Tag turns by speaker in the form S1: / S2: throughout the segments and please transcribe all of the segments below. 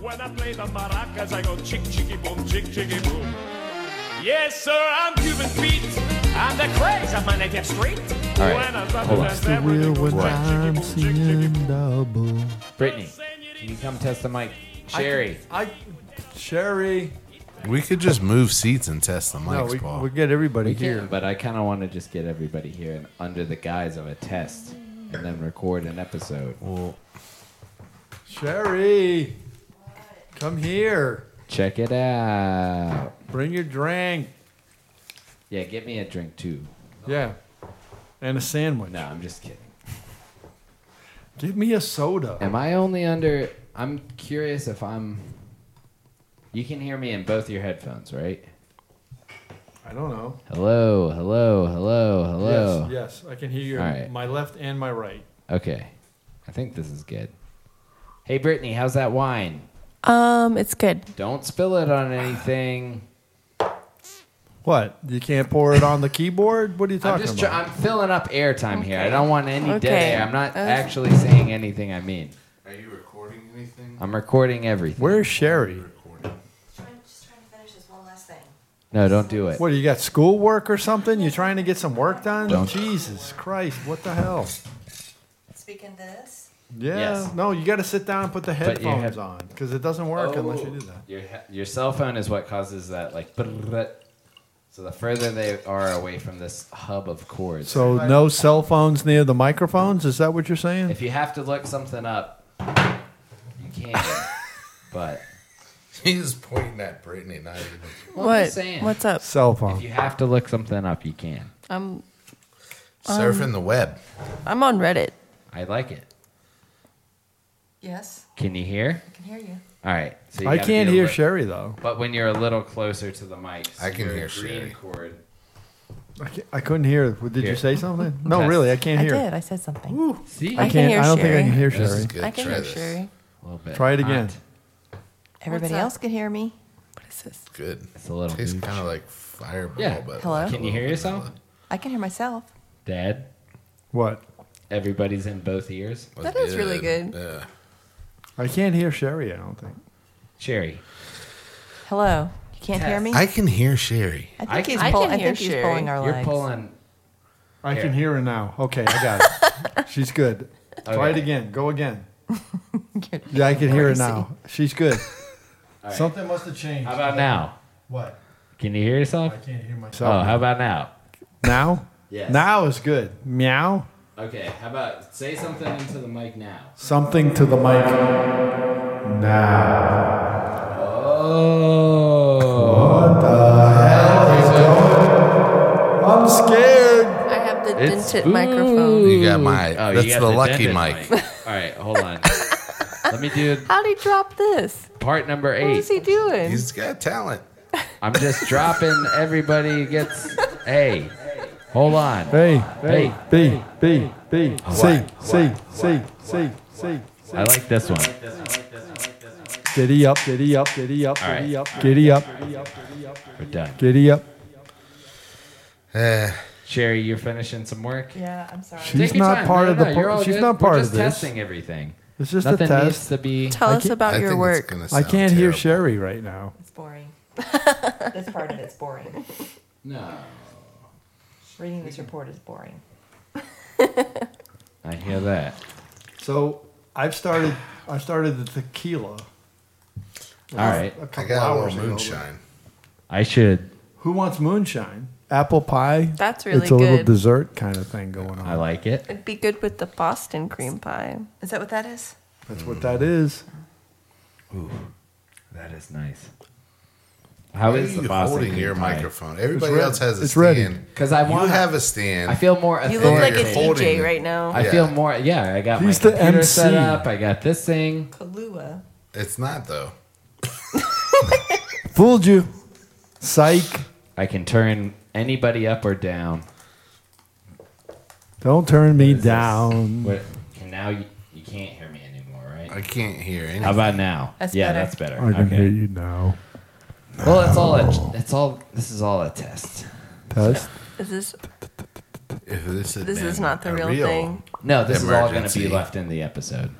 S1: When I play the maracas, I go chick, chicky, boom, chick, chicky, boom. Yes, sir, I'm Cuban Pete. I'm the craze of my native street.
S2: All right,
S1: When I love it,
S2: hold on.
S1: that's
S2: It's
S3: The
S1: everything.
S3: real when
S1: Chick, chicky,
S3: I'm
S1: boom, chick, chicky,
S3: seeing
S1: boom.
S3: double.
S2: Brittany, can you come test the mic? Sherry,
S4: I, I Sherry.
S5: We could just move seats and test the mics,
S3: No, we,
S5: Paul.
S3: we get everybody
S2: we
S3: here.
S2: can, but I kind of want to just get everybody here and under the guise of a test, and then record an episode.
S5: well,
S4: Sherry. Come here.
S2: Check it out.
S4: Bring your drink.
S2: Yeah, get me a drink too.
S4: Yeah. And a sandwich.
S2: No, I'm just kidding.
S4: Give me a soda.
S2: Am I only under? I'm curious if I'm. You can hear me in both your headphones, right?
S4: I don't know.
S2: Hello, hello, hello, hello.
S4: Yes, yes. I can hear you.
S2: All right.
S4: My left and my right.
S2: Okay, I think this is good. Hey, Brittany, how's that wine?
S6: Um, it's good.
S2: Don't spill it on anything.
S4: What? You can't pour it on the keyboard? What are you
S2: I'm
S4: talking
S2: just try-
S4: about?
S2: I'm filling up airtime here. I don't want any dead
S6: Okay.
S2: air. I'm not
S6: Uh,
S2: actually saying anything I mean.
S5: are you recording anything?
S2: I'm recording everything.
S4: Where's Sherry?
S7: I'm just trying to finish this one last thing.
S2: No, don't do it.
S4: What, you got schoolwork or something? You trying to get some work done?
S2: Don't-
S4: Jesus Christ, what the hell?
S7: Speaking of this,
S4: Yeah.
S2: Yes.
S4: No, you got to sit down and put the
S2: But you
S4: headphones
S2: have-
S4: on because it doesn't work unless you
S2: Oh,
S4: do that.
S2: Your, he- your cell phone is what causes that, like, brrrt. so the further they are away from this hub of cords.
S4: So no cell phones near the microphones? Is that what you're saying?
S2: if you have to look something up, you can. but
S5: He's pointing at Brittany, not even.
S2: Well, I'm
S6: what?
S2: just saying.
S6: What's up?
S4: Cell
S2: if
S4: phone.
S2: you have to look something up, you can.
S6: I'm
S5: Surfing the web.
S6: I'm on Reddit.
S2: I like it.
S7: yes,
S2: Can you hear?
S7: I can hear you.
S2: All right. So you
S4: I
S2: gotta be
S4: can't
S2: a
S4: hear
S2: lit-
S4: Sherry though.
S2: But when you're a little closer to the mic,
S5: I can
S2: your green
S5: hear Sherry.
S2: cord.
S4: I, can't- I couldn't hear. Did
S2: Here.
S4: you say something? No,
S2: Test.
S4: really, I can't
S6: I
S4: hear.
S6: did. I said something.
S4: Woo.
S2: See,
S6: I
S4: I
S6: can
S4: can't.
S6: hear
S4: I don't think I can hear
S5: This is
S4: Sherry.
S5: good.
S6: I can
S5: Try
S6: hear
S5: this.
S6: Sherry.
S2: a little bit.
S4: Try it again.
S2: Hot.
S6: Everybody
S7: What's up?
S6: else
S7: can hear me.
S6: what is this?
S5: Good.
S2: It's a little.
S5: Tastes
S2: gooch.
S5: kind of like fireball,
S2: Yeah.
S5: but
S7: Hello?
S5: like a
S2: Can you
S5: little
S2: hear yourself,
S5: vanilla.
S7: I can hear myself.
S2: Dad?
S4: What?
S2: Everybody's in both ears.
S5: That's
S7: That is really
S5: Yeah.
S4: I can't hear Sherry. I don't think.
S2: Sherry.
S7: Hello. You can't hear me.
S5: I can hear Sherry.
S7: I think
S2: I
S7: he's,
S2: can-
S7: pull-
S6: I can
S7: I
S6: hear
S7: think he's
S6: Sherry.
S7: pulling our
S2: You're
S7: legs.
S2: pulling.
S4: I
S2: Here.
S4: can hear her now. Okay, I got it. She's good. Try it
S2: Okay.
S4: again. Go again.
S7: You're
S4: Yeah, I can hear her
S7: crazy.
S4: now. She's good.
S2: All right.
S4: Something must have changed.
S2: How about now?
S4: What?
S2: Can you hear yourself?
S4: I can't hear myself.
S2: Oh, how about now?
S4: now?
S2: Yes.
S4: Now is good. Meow.
S2: Okay, how about say something into the mic now?
S4: Something to the mic. Now.
S2: Oh.
S4: I'm scared.
S6: I have the
S2: It's
S6: dented microphone.
S5: You got my.
S2: Oh, you
S5: that's
S2: got
S5: the, lucky
S2: dented
S5: mic.
S2: All right, hold on. Let me do
S6: How'd he drop this?
S2: part number
S6: What
S2: eight.
S6: is he doing?
S5: He's got talent.
S2: I'm just dropping everybody gets. Hey, hold on.
S4: Hey,
S2: Hey.
S4: B, B, B, C,
S2: What?
S4: C, C, C, C.
S2: I like this one.
S4: Giddy up, giddy up, giddy up,
S2: All right.
S4: giddy up, giddy up,
S2: We're done.
S4: giddy up.
S5: Eh,
S2: Sherry, you're finishing some work.
S7: Yeah, I'm sorry.
S4: She's
S2: your
S4: not
S2: time.
S4: part
S2: No,
S4: of
S2: no,
S4: the.
S2: no, you're all
S4: pro- She's
S2: good.
S4: not part
S2: We're
S4: of
S2: just
S4: this.
S2: testing everything.
S4: It's just a
S2: Nothing needs
S4: test.
S2: to be.
S6: Tell
S4: I
S6: us
S4: can't-
S5: I
S6: about
S5: think
S6: your
S5: it's
S6: work.
S5: gonna
S4: I
S5: sound
S4: can't hear
S5: terrible.
S4: Sherry right now.
S7: It's boring. this part of it's boring.
S2: No.
S7: Reading this report is boring.
S2: I hear that.
S4: So I've started. I started the tequila.
S2: All right.
S4: A couple
S5: I got a
S4: hours
S5: little
S4: ago.
S5: moonshine.
S2: I should.
S4: Who wants moonshine? Apple pie.
S6: That's really
S4: It's a little
S6: good.
S4: dessert kind of thing going on.
S2: I like it.
S6: It'd be good with the Boston cream pie.
S7: Is that what that is?
S4: That's what that is.
S2: That is nice. How
S5: Why
S2: is
S5: are
S2: the
S5: you
S2: Boston
S5: holding
S2: cream
S5: your
S2: pie?
S5: microphone? Everybody
S4: ready.
S5: else has a
S4: It's ready.
S5: stand.
S2: 'Cause I
S5: You
S2: wanna-
S5: have a stand.
S2: I feel more.
S6: You look like a
S5: You're
S2: authoritative.
S5: holding
S6: DJ
S5: it.
S6: right now.
S2: I
S5: Yeah.
S2: feel more. Yeah, I got
S4: He's
S2: my
S4: the
S2: computer
S4: MC.
S2: set up. I got this thing.
S7: Kahlua.
S5: it's not though.
S4: Fooled you. Psych.
S2: I can turn anybody up or down.
S4: Don't turn me
S2: What is this?
S4: down.
S2: What, and now you, you can't hear me anymore, right?
S5: I can't hear anything.
S2: How about now?
S7: That's
S2: yeah,
S7: better.
S2: that's better.
S4: I can
S2: okay.
S4: hear you now.
S2: Well, that's all. A, that's all. This is all a test.
S4: Test.
S6: Is this
S5: If this had
S6: this is
S5: been
S6: not the
S5: a
S6: real, thing.
S2: No, this is all going to
S5: Emergency.
S2: be left in the episode.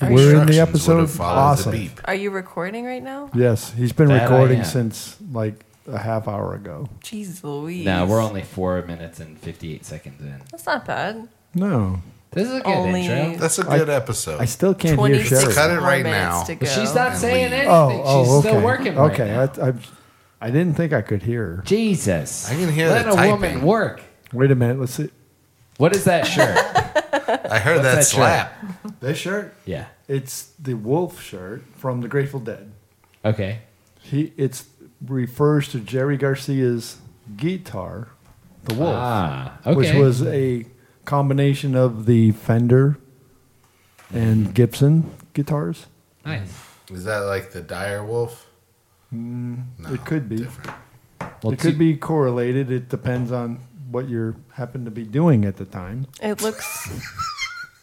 S4: We're in
S5: Instructions
S4: the
S5: would
S4: episode.
S5: have followed the
S4: Awesome.
S5: beep.
S6: Are you recording right now?
S4: Yes, he's been
S2: That I
S4: recording
S2: am.
S4: since like a half hour ago.
S6: Jeez Louise.
S2: No, we're only four minutes and 58 seconds in.
S6: That's not bad.
S4: No,
S2: This is a good
S6: Only-
S2: intro.
S5: That's a good episode.
S4: I still can't hear
S6: 26
S4: Sherry.
S5: Cut it
S6: more
S5: right
S6: minutes
S5: now.
S6: to
S2: But she's
S6: go.
S2: not saying anything.
S4: Oh, oh,
S2: she's
S4: okay.
S2: still working right
S4: okay,
S2: now.
S4: I, I, I didn't think I could hear.
S2: Jesus.
S5: I can hear
S2: Let
S5: the
S2: a
S5: typing.
S2: woman work.
S4: Wait a minute. Let's see.
S2: What is that shirt?
S5: I heard that,
S2: that shirt?
S5: slap.
S4: This shirt.
S2: yeah.
S4: It's the wolf shirt from the Grateful Dead.
S2: Okay.
S4: He it's refers to Jerry Garcia's guitar, the wolf,
S2: Ah, okay.
S4: which was a combination of the Fender and Gibson guitars.
S2: nice.
S5: Is that like the dire wolf? No,
S4: it could be.
S5: different.
S2: Well,
S4: it could
S2: two-
S4: be correlated. It depends on what you happen to be doing at the time.
S6: It looks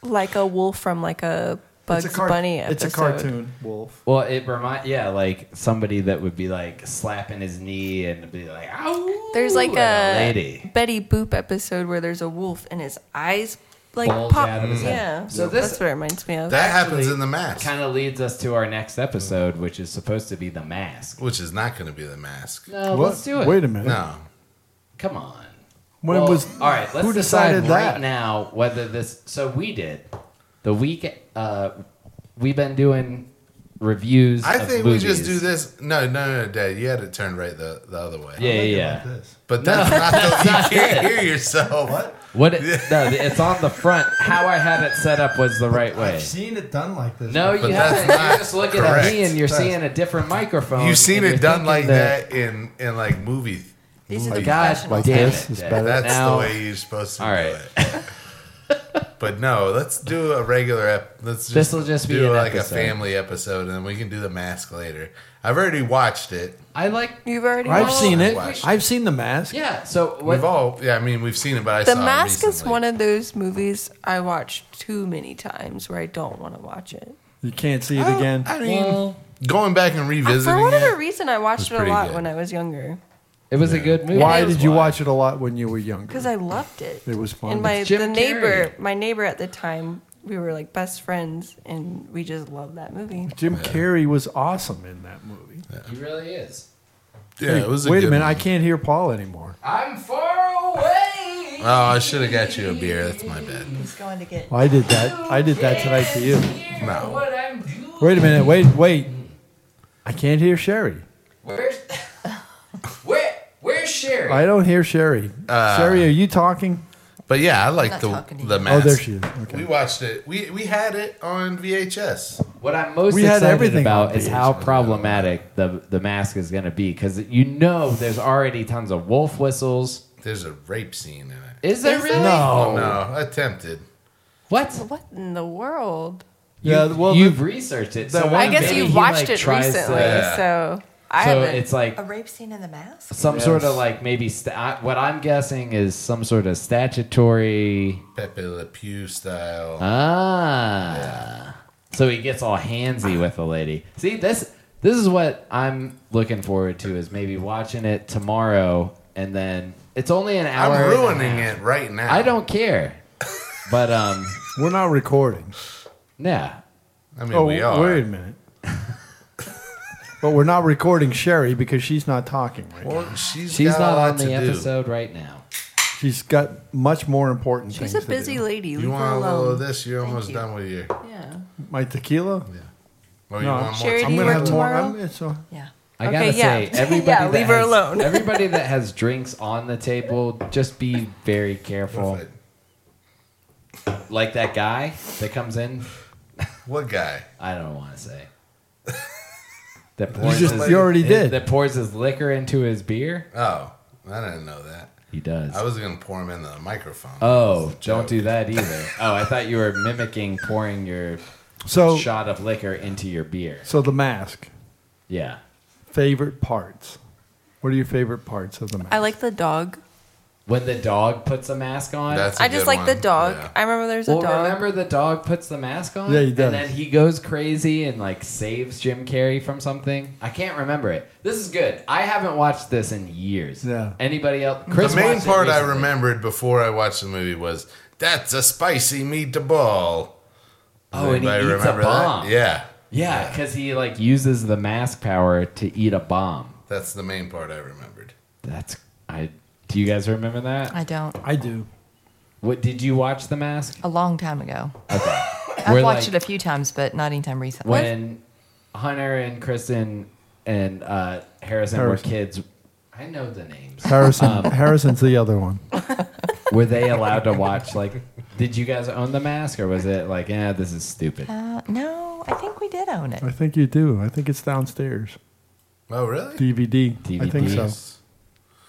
S6: like a wolf from like a Bugs
S4: it's a car-
S6: Bunny episode.
S4: It's a cartoon wolf.
S2: Well, it remind yeah, like somebody that would be like slapping his knee and be like, "Ow!"
S6: There's like
S2: and
S6: a
S2: lady
S6: Betty Boop episode where there's a wolf and his eyes like
S2: Bulge
S6: pop.
S2: out of his head.
S6: yeah,
S2: So
S6: so
S2: this-
S6: that's what it reminds me of.
S5: That happens in the mask,
S2: kind of leads us to our next episode, which is supposed to be the mask.
S5: which is not going to be the mask.
S2: No,
S4: What?
S2: Oh, let's do it.
S4: Wait a minute.
S5: No,
S2: Come on.
S4: When
S2: Well,
S4: was
S2: all right? Let's
S4: who
S2: decide
S4: decided
S2: right
S4: that?
S2: now whether this. So we did the week. Uh, we've been doing reviews.
S5: I
S2: of
S5: think
S2: movies.
S5: we just do this. No, no, no, Dad, you had it turned right the, the other way.
S2: Yeah, yeah. yeah.
S5: but that's not the, you can't hear yourself.
S2: What? It, no, it's on the front. How I had it set up was the right way.
S4: seen it done like this.
S2: No, you
S5: But
S2: haven't.
S5: that's not
S2: You're just looking at
S5: correct.
S2: me and you're seeing a different microphone.
S5: You've seen
S2: Oh, and you're
S5: it
S2: thinking
S5: done like that, in in like movie.
S6: These are
S5: movie.
S6: the
S2: God,
S6: Like
S2: damn
S4: this
S2: it,
S4: is
S2: Dad.
S6: Oh.
S4: better.
S5: That's
S2: Now-
S5: the way you're supposed to
S2: All right.
S5: do it. but no, let's do a regular. Ep- let's just
S2: This'll just be
S5: do
S2: an
S5: like
S2: episode.
S5: a family episode, and then we can do the mask later. I've already watched it.
S2: I like.
S6: You've already.
S4: I've
S6: watched
S4: seen it.
S5: Watch.
S4: I've seen the mask.
S2: Yeah. So what?
S5: We've all, yeah, I mean, we've seen it, but I
S6: The
S5: saw
S6: Mask
S5: it
S6: is one of those movies I watch too many times where I don't want to watch it.
S4: You can't see it again.
S5: I mean,
S2: Well,
S5: going back and
S6: For
S5: revisiting
S6: whatever
S5: it.
S6: reason, I watched
S5: It's
S6: it a
S5: pretty
S6: lot
S5: good.
S6: when I was younger
S2: it was a good movie.
S4: Why
S6: is
S4: did you
S5: why.
S4: watch it a lot when you were younger?
S6: because I loved it.
S4: It was fun.
S6: And my
S2: Jim
S6: the neighbor,
S2: Carrey.
S6: my neighbor at the time, we were like best friends, and we just loved that movie.
S4: Jim Carrey was awesome in that movie.
S2: He really is.
S5: Yeah, it was. A
S4: Wait
S5: good
S4: a minute, I
S5: one.
S4: can't hear Paul anymore.
S2: I'm far away.
S5: Oh, I should have got you a beer. That's my bad.
S7: He's going to get.
S4: I did that. I did that tonight to you.
S5: No.
S2: What I'm doing.
S4: Wait a minute. Wait, wait. I can't hear Sherry.
S2: Where's where? Where's Sherry?
S4: I don't hear Sherry.
S5: Uh,
S4: Sherry, are you talking?
S5: But yeah, I like
S7: not
S5: the
S7: talking to you.
S5: the
S4: Oh,
S5: mask.
S4: there she is.
S5: We
S4: Okay.
S5: watched it. We we had it on VHS.
S2: What I'm most
S4: We had
S2: excited
S4: everything
S2: about
S4: on
S2: is
S4: these.
S2: how problematic the the mask is going to be because you know there's already tons of wolf whistles.
S5: There's a rape scene in it. Oh,
S2: Is there really?
S4: No.
S2: Oh.
S5: No, attempted.
S2: What?
S6: What in the world?
S4: Yeah. Well, the-
S2: You've researched it. So
S4: that
S2: when
S4: one
S6: I guess
S2: maybe
S6: you
S2: he,
S6: watched
S2: like,
S6: it
S2: tries
S6: recently,
S2: To,
S5: Yeah.
S6: so I
S2: so
S6: haven't.
S2: it's like
S7: A rape scene in the mask?
S2: some sort of like maybe sta I, what I'm guessing is some sort of statutory
S5: Pepe Le Pew style.
S2: ah. So he gets all handsy with the lady. See this. This is what I'm looking forward to is maybe watching it tomorrow and then it's only an hour.
S5: I'm
S2: and a
S5: ruining
S2: half.
S5: it right now.
S2: I don't care. But um
S4: we're not recording.
S2: yeah.
S5: I mean,
S4: Oh,
S5: we are.
S4: wait a minute. but we're not recording Sherry because she's not talking right now.
S5: Well, she's
S2: She's
S5: got a
S2: not
S5: lot
S2: on the
S5: to
S2: episode right now.
S4: She's got much more important
S6: She's a
S4: things. to
S6: busy
S4: do.
S6: lady.
S5: Do.
S6: Leave
S5: You
S6: her
S5: want a little of
S6: alone.
S5: this? You're almost
S7: you.
S5: done with your.
S6: Yeah.
S4: My tequila.
S5: Oh, you
S4: No.
S5: want more?
S6: Sherry,
S5: time?
S6: do you
S4: gonna
S6: work tomorrow?
S4: I'm- it's a-
S7: Yeah.
S2: I
S6: Okay,
S2: gotta
S6: yeah.
S2: say,
S6: Yeah,
S2: everybody that
S6: leave her
S2: has-
S6: alone.
S2: everybody that has drinks on the table, just be very careful.
S5: Perfect.
S2: Like that guy that comes in,
S5: What guy?
S2: I don't want to say. That
S4: you
S2: pours
S4: just
S2: his,
S4: you already did.
S2: that pours his liquor into his beer.
S5: Oh, I didn't know that.
S2: He does.
S5: I was gonna pour him in the microphone.
S2: oh, don't do that either. Oh, I thought you were mimicking pouring your
S4: so
S2: shot of liquor into your beer.
S4: so the mask.
S2: Yeah.
S4: Favorite parts. What are your favorite parts of the mask?
S6: I like the dog.
S2: When the dog puts a mask on.
S5: That's a
S6: I just
S5: good
S6: like the
S5: one.
S6: dog.
S5: Yeah.
S6: I remember there's a
S2: well,
S6: dog.
S2: remember the dog puts the mask on?
S4: Yeah, he does.
S2: And then he goes crazy and like saves Jim Carrey from something. I can't remember it. This is good. I haven't watched this in years.
S4: Yeah.
S2: Anybody else? Chris
S5: the main
S2: watched it
S5: part I
S2: recently.
S5: remembered before I watched the movie was that's a spicy meatball.
S2: Oh, and he
S5: Anybody
S2: eats a
S5: remember that?
S2: bomb.
S5: Yeah,
S2: Yeah, because he like uses the mask power to eat a bomb.
S5: that's the main part I remembered.
S2: That's I. Do you guys remember that?
S3: I don't.
S4: I do.
S2: What did you watch The Mask?
S3: A long time ago. I've
S2: We're
S3: watched
S2: like-
S3: it a few times, but not anytime recently.
S2: when Hunter and Kristen and uh, Harrison,
S4: Harrison.
S2: were kids. I know the names.
S4: Harrison. Harrison's the other one.
S2: were they allowed to watch? Like, did you guys own The Mask, or was it like, eh, this is stupid?
S3: Uh, no, I think we did own it.
S4: I think you do. I think it's downstairs.
S5: Oh, really?
S4: DVD. I think so.
S2: DVDs.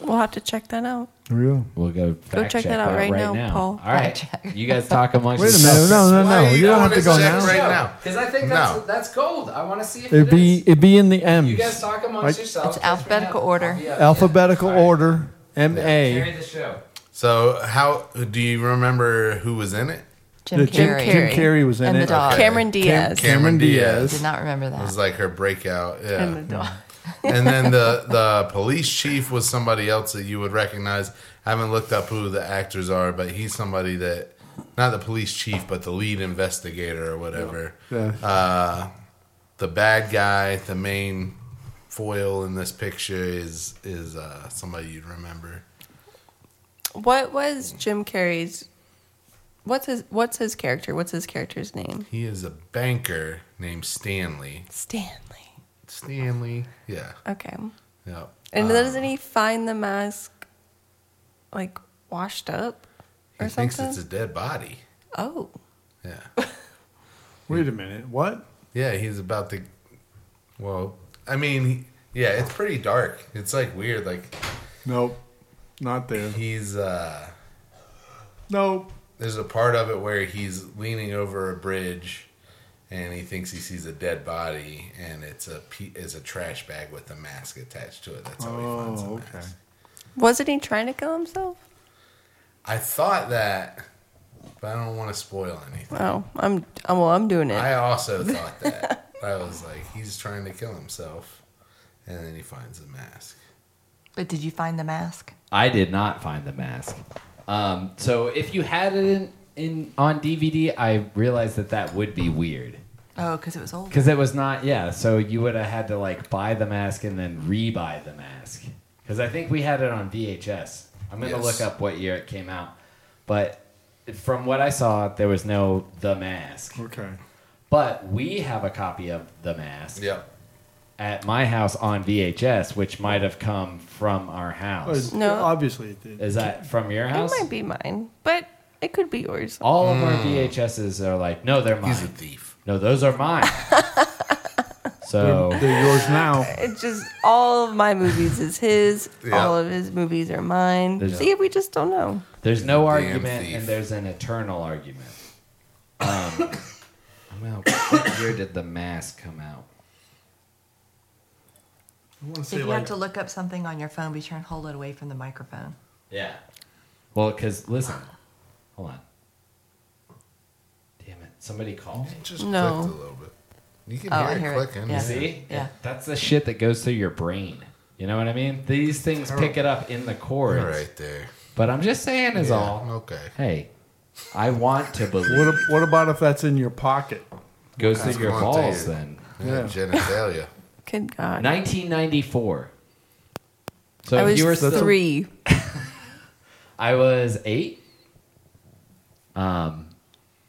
S6: We'll have to check that out.
S4: Real.
S2: We'll go fact
S6: check that out right now, Paul.
S2: All right,
S3: Fact check.
S2: you guys talk amongst
S4: Wait a
S2: yourselves.
S4: minute. No, no,
S5: Why
S4: no.
S5: do
S4: You
S5: you
S4: don't have
S5: want
S4: to
S5: to
S4: go
S5: check
S4: now.
S5: right now.
S2: because I think
S5: No.
S2: that's that's gold. I want to see if
S4: It'd
S2: it
S4: be
S2: is.
S4: it'd be in the M's.
S2: You guys talk amongst
S4: I-
S2: yourselves.
S3: It's alphabetical order.
S4: Alphabetical order. M
S2: Carry
S4: A.
S2: the show.
S5: So, how do you remember who was in it?
S3: Jim,
S4: Yeah,
S3: Carrey.
S4: Jim- Jim Carrey was in
S3: and
S4: it.
S3: the dog.
S5: Okay.
S6: Cameron Diaz.
S5: Cameron Diaz.
S3: Did not remember that.
S5: was like her breakout. Yeah.
S6: and the dog.
S5: and then the the police chief was somebody else that you would recognize. I haven't looked up who the actors are, but he's somebody that not the police chief, but the lead investigator or whatever.
S4: Yeah.
S5: Uh, the bad guy, the main foil in this picture is is uh, somebody you'd remember.
S6: What was Jim Carrey's? What's his? What's his character? What's his character's name?
S5: He is a banker named Stanley.
S6: Stanley.
S5: Stanley. Yeah.
S6: Okay.
S5: Yeah.
S2: Uh,
S6: And doesn't he find the mask like washed up
S5: He
S6: or
S5: thinks
S6: something?
S5: it's a dead body.
S6: oh,
S5: Yeah.
S4: Wait a minute. What?
S5: Yeah, he's about to. Well, I mean, he- yeah, it's pretty dark. It's like weird. Like
S4: Nope. Not there.
S5: he's uh
S4: Nope.
S5: there's a part of it where he's leaning over a bridge, and he thinks he sees a dead body, and it's a pe- it's a trash bag with a mask attached to it. That's how he finds the
S4: Oh,
S5: mask.
S4: okay.
S6: wasn't he trying to kill himself?
S5: I thought that, but I don't want to spoil anything.
S6: Oh, I'm. I'm well, I'm doing it.
S5: I also thought that. I was like, he's trying to kill himself, and then he finds the mask.
S3: but did you find the mask?
S2: I did not find the mask. Um, so if you had it in, in on DVD, I realized that that would be weird
S3: Oh, because it was old.
S2: because it was not. Yeah, so you would have had to like buy the mask and then re-buy the mask because I think we had it on VHS. I'm gonna
S5: Yes.
S2: look up what year it came out, but from what I saw, there was no the mask.
S4: Okay.
S2: But we have a copy of the mask
S5: Yep.
S2: at my house on VHS, which might have come from our
S4: Well,
S2: house.
S4: it's-
S6: No.
S4: Obviously it did.
S2: Is that from your
S6: Oh, it
S2: house?
S6: might be mine, but it could be yours.
S2: All of our VHSs are like, no, they're mine.
S5: Hmm. He's a thief.
S2: no, those are mine. so
S4: They're yours now.
S6: It's just all of my movies is his.
S5: Yeah.
S6: All of his movies are mine.
S2: There's-
S6: See, we just don't know.
S2: there's no
S5: Damn
S2: argument,
S5: thief.
S2: and there's an eternal argument. Um, well, what year did the mask come out?
S3: If you have to look up something on your phone, be sure and hold it away from the microphone.
S2: Yeah. Well, because listen, hold on. Damn it! Somebody call me.
S5: Just
S6: No.
S5: clicked a little bit. You can
S3: Oh,
S5: hear,
S3: I
S5: it
S3: hear it.
S5: clicking.
S3: Yeah.
S2: See?
S3: Yeah.
S2: That's the shit that goes through your brain. You know what I mean? These things pick it up in the chords.
S5: You're right there.
S2: But I'm just saying is
S5: Yeah,
S2: all.
S5: Okay.
S2: Hey, I want to believe.
S4: What, what about if that's in your pocket?
S2: goes through
S5: That's
S2: your
S5: going
S2: balls
S5: through.
S2: then.
S5: Yeah. Genitalia.
S6: Good God,
S2: 1994. So
S6: I
S2: if
S6: was
S2: you were still-
S6: three.
S2: I was eight. Um,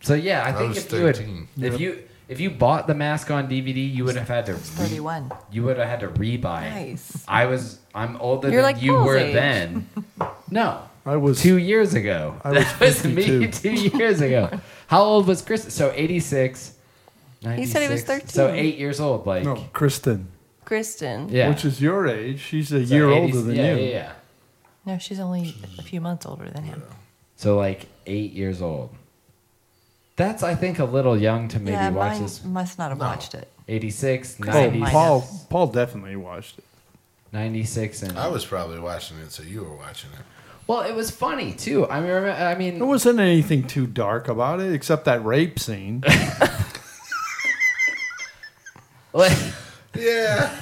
S2: so yeah, I
S5: I
S2: think
S5: was
S2: if you had,
S5: 13.
S2: if you if you bought the mask on DVD, you would have had to re,
S3: Thirty-one.
S2: you would have had to rebuy it.
S6: Nice.
S2: I was I'm older
S6: You're
S2: than
S6: like
S2: you
S6: Paul's
S2: were
S6: age.
S2: then. No,
S4: I was
S2: two years ago.
S4: I was
S2: that was me
S4: 52.
S2: two years ago. How old was Chris? So 86.
S6: He said he was
S2: 96. So
S6: 13.
S2: eight years old. Like
S4: no Kristen,
S6: Kristen.
S2: yeah,
S4: which is your age. She's a
S2: So
S4: year
S2: 80s
S4: older than
S2: yeah,
S4: you.
S2: Yeah, yeah.
S3: No, she's only a few months older than him.
S2: So like eight years old. That's I think a little young to maybe
S3: yeah,
S2: watch
S3: mine
S2: this.
S3: must not have watched it.
S2: 86,
S4: Oh,
S2: 90,
S3: Mine
S4: Paul!
S3: is.
S4: Paul definitely watched it.
S2: 96, and
S5: I was probably watching it, so you were watching it.
S2: well, it was funny too. I mean, remember, I mean,
S4: There wasn't anything too dark about it, except that rape scene.
S2: like,
S5: Yeah.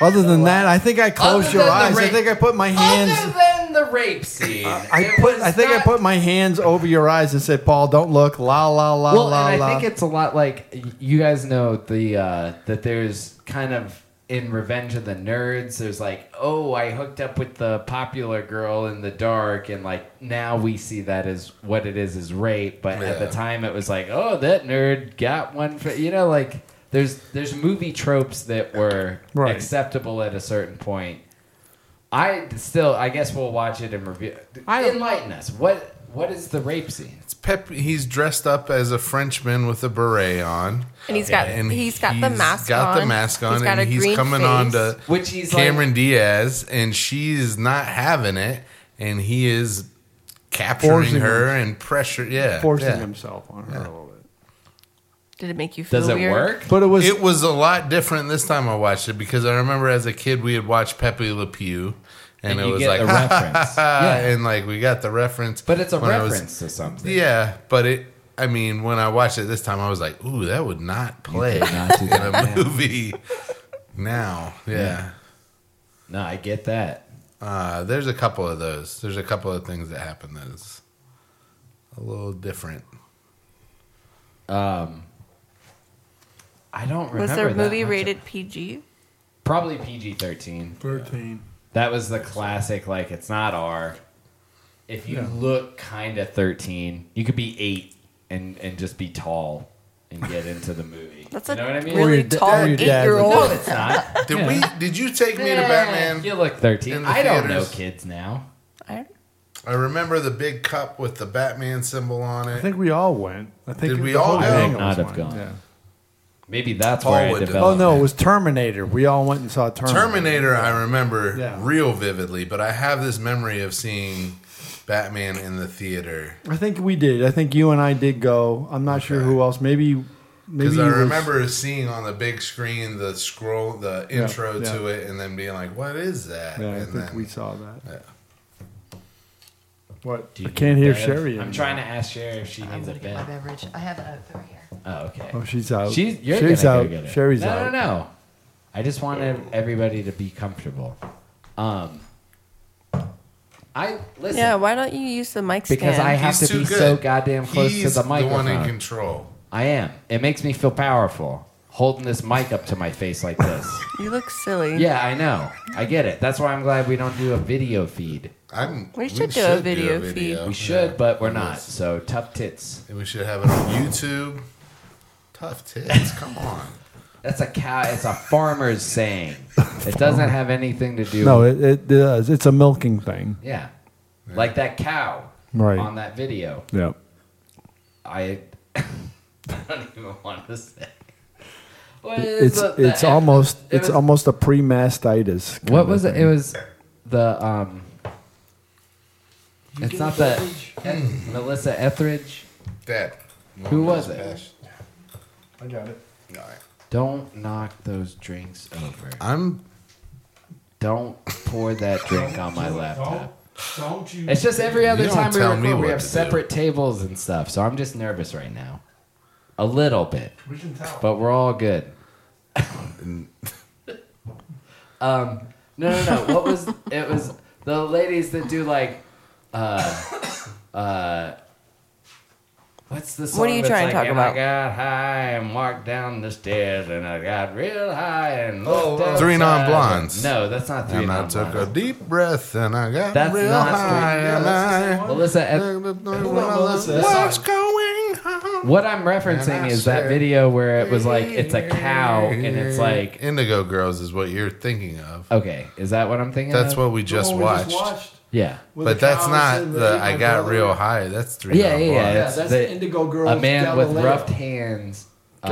S4: Other than that, I think I closed
S2: Other
S4: your
S2: than the
S4: eyes. I
S2: rape-
S4: think I put my
S2: Other
S4: hands.
S2: than the rape scene,
S4: I
S2: it
S4: put.
S2: was
S4: I think I
S2: not-
S4: put my hands over your eyes and said, "Paul, don't look." La la la
S2: Well,
S4: la
S2: and
S4: la.
S2: I think it's a lot like y- you guys know the uh, that there's kind of in Revenge of the Nerds. There's like, oh, I hooked up with the popular girl in the dark, and like now we see that as what it is is rape. But at the
S5: Yeah.
S2: time, it was like, oh, that nerd got one. For, you know, like there's there's movie tropes that were
S4: Right.
S2: acceptable at a certain point. I still, I guess we'll watch it and review.
S4: I don't-
S2: Enlighten us. What what is the rape scene?
S5: It's Pep. He's dressed up as a Frenchman with a beret on.
S6: And he's got
S5: And
S6: he's got the mask
S5: got
S6: on.
S5: the mask on,
S6: He's got
S5: and
S6: a
S5: he's
S6: green
S5: coming
S6: face.
S5: on to
S2: Which he's like-
S5: Cameron Diaz, and she's not having it, and he is capturing
S4: Forcing
S5: her and pressure. Yeah,
S4: forcing
S5: yeah.
S4: himself on her a little bit.
S6: Did it make you feel
S2: Does it
S6: weird?
S2: work?
S4: But it was.
S5: It was a lot different this time I watched it because I remember as a kid we had watched Pepe Le Pew, and, it
S2: you
S5: was
S2: get
S5: like,
S2: the
S5: ha,
S2: reference.
S5: ha,
S2: yeah.
S5: and like we got the reference,
S2: But it's a
S5: when I was-
S2: reference to something.
S5: yeah, but it. I mean, when I watched it this time, I was like, "Ooh, that would not play
S2: not do
S5: in
S2: that
S5: a movie now." yeah.
S2: No, I get that.
S5: Uh, there's a couple of those. There's a couple of things that happen that is a little different.
S2: I don't remember.
S6: Was the
S2: that
S6: movie
S2: much.
S6: rated PG?
S2: Probably PG thirteen.
S8: 13.
S2: That was the classic. Like it's not R. If you look kind of thirteen, you could be eight and and just be tall and get into the movie.
S6: That's
S2: you
S6: a
S2: know what I mean?
S4: Or
S6: really
S4: your dad-
S6: tall
S4: or your
S6: eight
S4: dad
S6: year
S4: would-
S2: no,
S6: old.
S2: it's not.
S5: Did we? Did you take me to
S2: Yeah, You
S5: Batman?
S2: look
S5: In
S2: thirteen.
S5: the
S2: I don't know
S5: theaters.
S2: kids now.
S6: I-
S5: I remember the big cup with the Batman symbol on
S4: I
S5: it.
S4: think we all went. I think
S5: Did
S4: the
S5: we
S4: whole
S5: all go?
S4: gang of
S2: Not
S4: us
S2: have
S4: went,
S2: gone.
S4: yeah.
S2: Maybe that's
S5: Paul
S2: where I
S5: would do.
S4: Oh
S2: developed.
S4: no, it was Terminator. We all went and saw Terminator.
S5: Terminator, I remember
S4: Yeah.
S5: real vividly, but I have this memory of seeing Batman in the theater
S4: I think we did. I think you and I did go. I'm not sure who else. Maybe. Maybe
S5: because I
S4: you was-
S5: remember seeing on the big screen the scroll, the intro
S4: yeah.
S5: to it, and then being like, "What is that?"
S4: Yeah, I
S5: and
S4: think we saw that. What?
S2: Do
S4: I
S2: you
S4: can't
S2: need
S4: hear
S2: a bed?
S4: Sherry.
S2: I'm
S4: anymore.
S2: trying to ask Sherry if she
S3: I'm
S2: needs a
S3: gonna get my
S2: bed.
S3: beverage. I have it up over here.
S2: Oh, okay.
S4: Oh, she's out.
S2: She's you're
S4: Sherry's
S2: gonna
S4: out.
S2: Go get her.
S4: Sherry's
S2: no,
S4: out.
S2: No, no, I just wanted everybody to be comfortable. Um, I listen
S6: Yeah, why don't you use the mic stand?
S2: because I have
S5: He's
S2: to be
S5: too
S2: so
S5: good.
S2: goddamn close
S5: He's
S2: to the microphone.
S5: The one in control.
S2: I am. It makes me feel powerful holding this mic up to my face like this.
S6: you look silly.
S2: yeah, I know. I get it. That's why I'm glad we don't do a video feed.
S5: I'm,
S6: We should do a video feed.
S2: We should,
S5: Yeah.
S2: but we're not. So tough tits.
S5: And we should have it on YouTube. Tough tits, come on.
S2: That's a cow. It's a farmer's saying. It doesn't have anything to do.
S4: No,
S2: with
S4: it, it does. It's a milking thing.
S2: Yeah. Like that cow
S4: Right.
S2: on that video.
S4: Yep.
S2: I, I don't even want to say. What is
S4: It's
S2: the- the
S4: it's
S2: app-
S4: almost
S2: it
S4: it's
S2: was-
S4: almost a pre-mastitis. kind
S2: What
S4: of
S2: was it?
S4: thing.
S2: It was the um. It's not the Eth- Melissa Etheridge.
S5: Dad.
S2: Who was it?
S4: I got it.
S2: Don't knock those drinks over.
S5: I'm.
S2: Don't pour that drink on my laptop.
S8: Don't you?
S2: It's just every other
S5: You don't
S2: time we
S5: tell me
S2: record, we
S5: what
S2: have
S5: to do.
S2: separate tables and stuff. So I'm just nervous right now, a little bit.
S8: We can tell.
S2: but we're all good. um, no, no, no. What was it? Was the ladies that do like, uh, uh, what's the song?
S6: What are you
S2: that's
S6: trying
S2: like,
S6: to talk
S2: "And I
S6: about?"
S2: got high and walked down the stairs, and I got real high and looked
S5: oh, Three
S2: outside."
S5: Non-Blondes.
S2: No, Oh, that's not three
S5: And I
S2: non
S5: took a
S2: blondes.
S5: deep breath and I got
S2: That's
S5: real
S2: not
S5: high.
S2: sweet.
S5: and I
S2: Melissa, Eth-
S5: What's going on?
S2: what I'm
S5: And I
S2: referencing is that
S5: said-
S2: video where it was like it's a cow and it's like
S5: Eh, Indigo Girls is what you're thinking of.
S2: Okay, is that what I'm thinking?
S5: That's
S2: of?
S5: what Oh, we just watched.
S2: Yeah.
S8: With
S5: But
S8: the
S5: that's
S8: cows
S5: not
S8: and
S5: the
S8: my
S5: I got
S8: brother.
S5: real high. That's three.
S2: Yeah, yeah, yeah,
S5: Non-Blondes.
S8: Yeah,
S2: That's
S8: that's
S2: the-
S8: the Indigo Girl.
S2: A man with
S8: Galileo.
S2: roughed hands uh,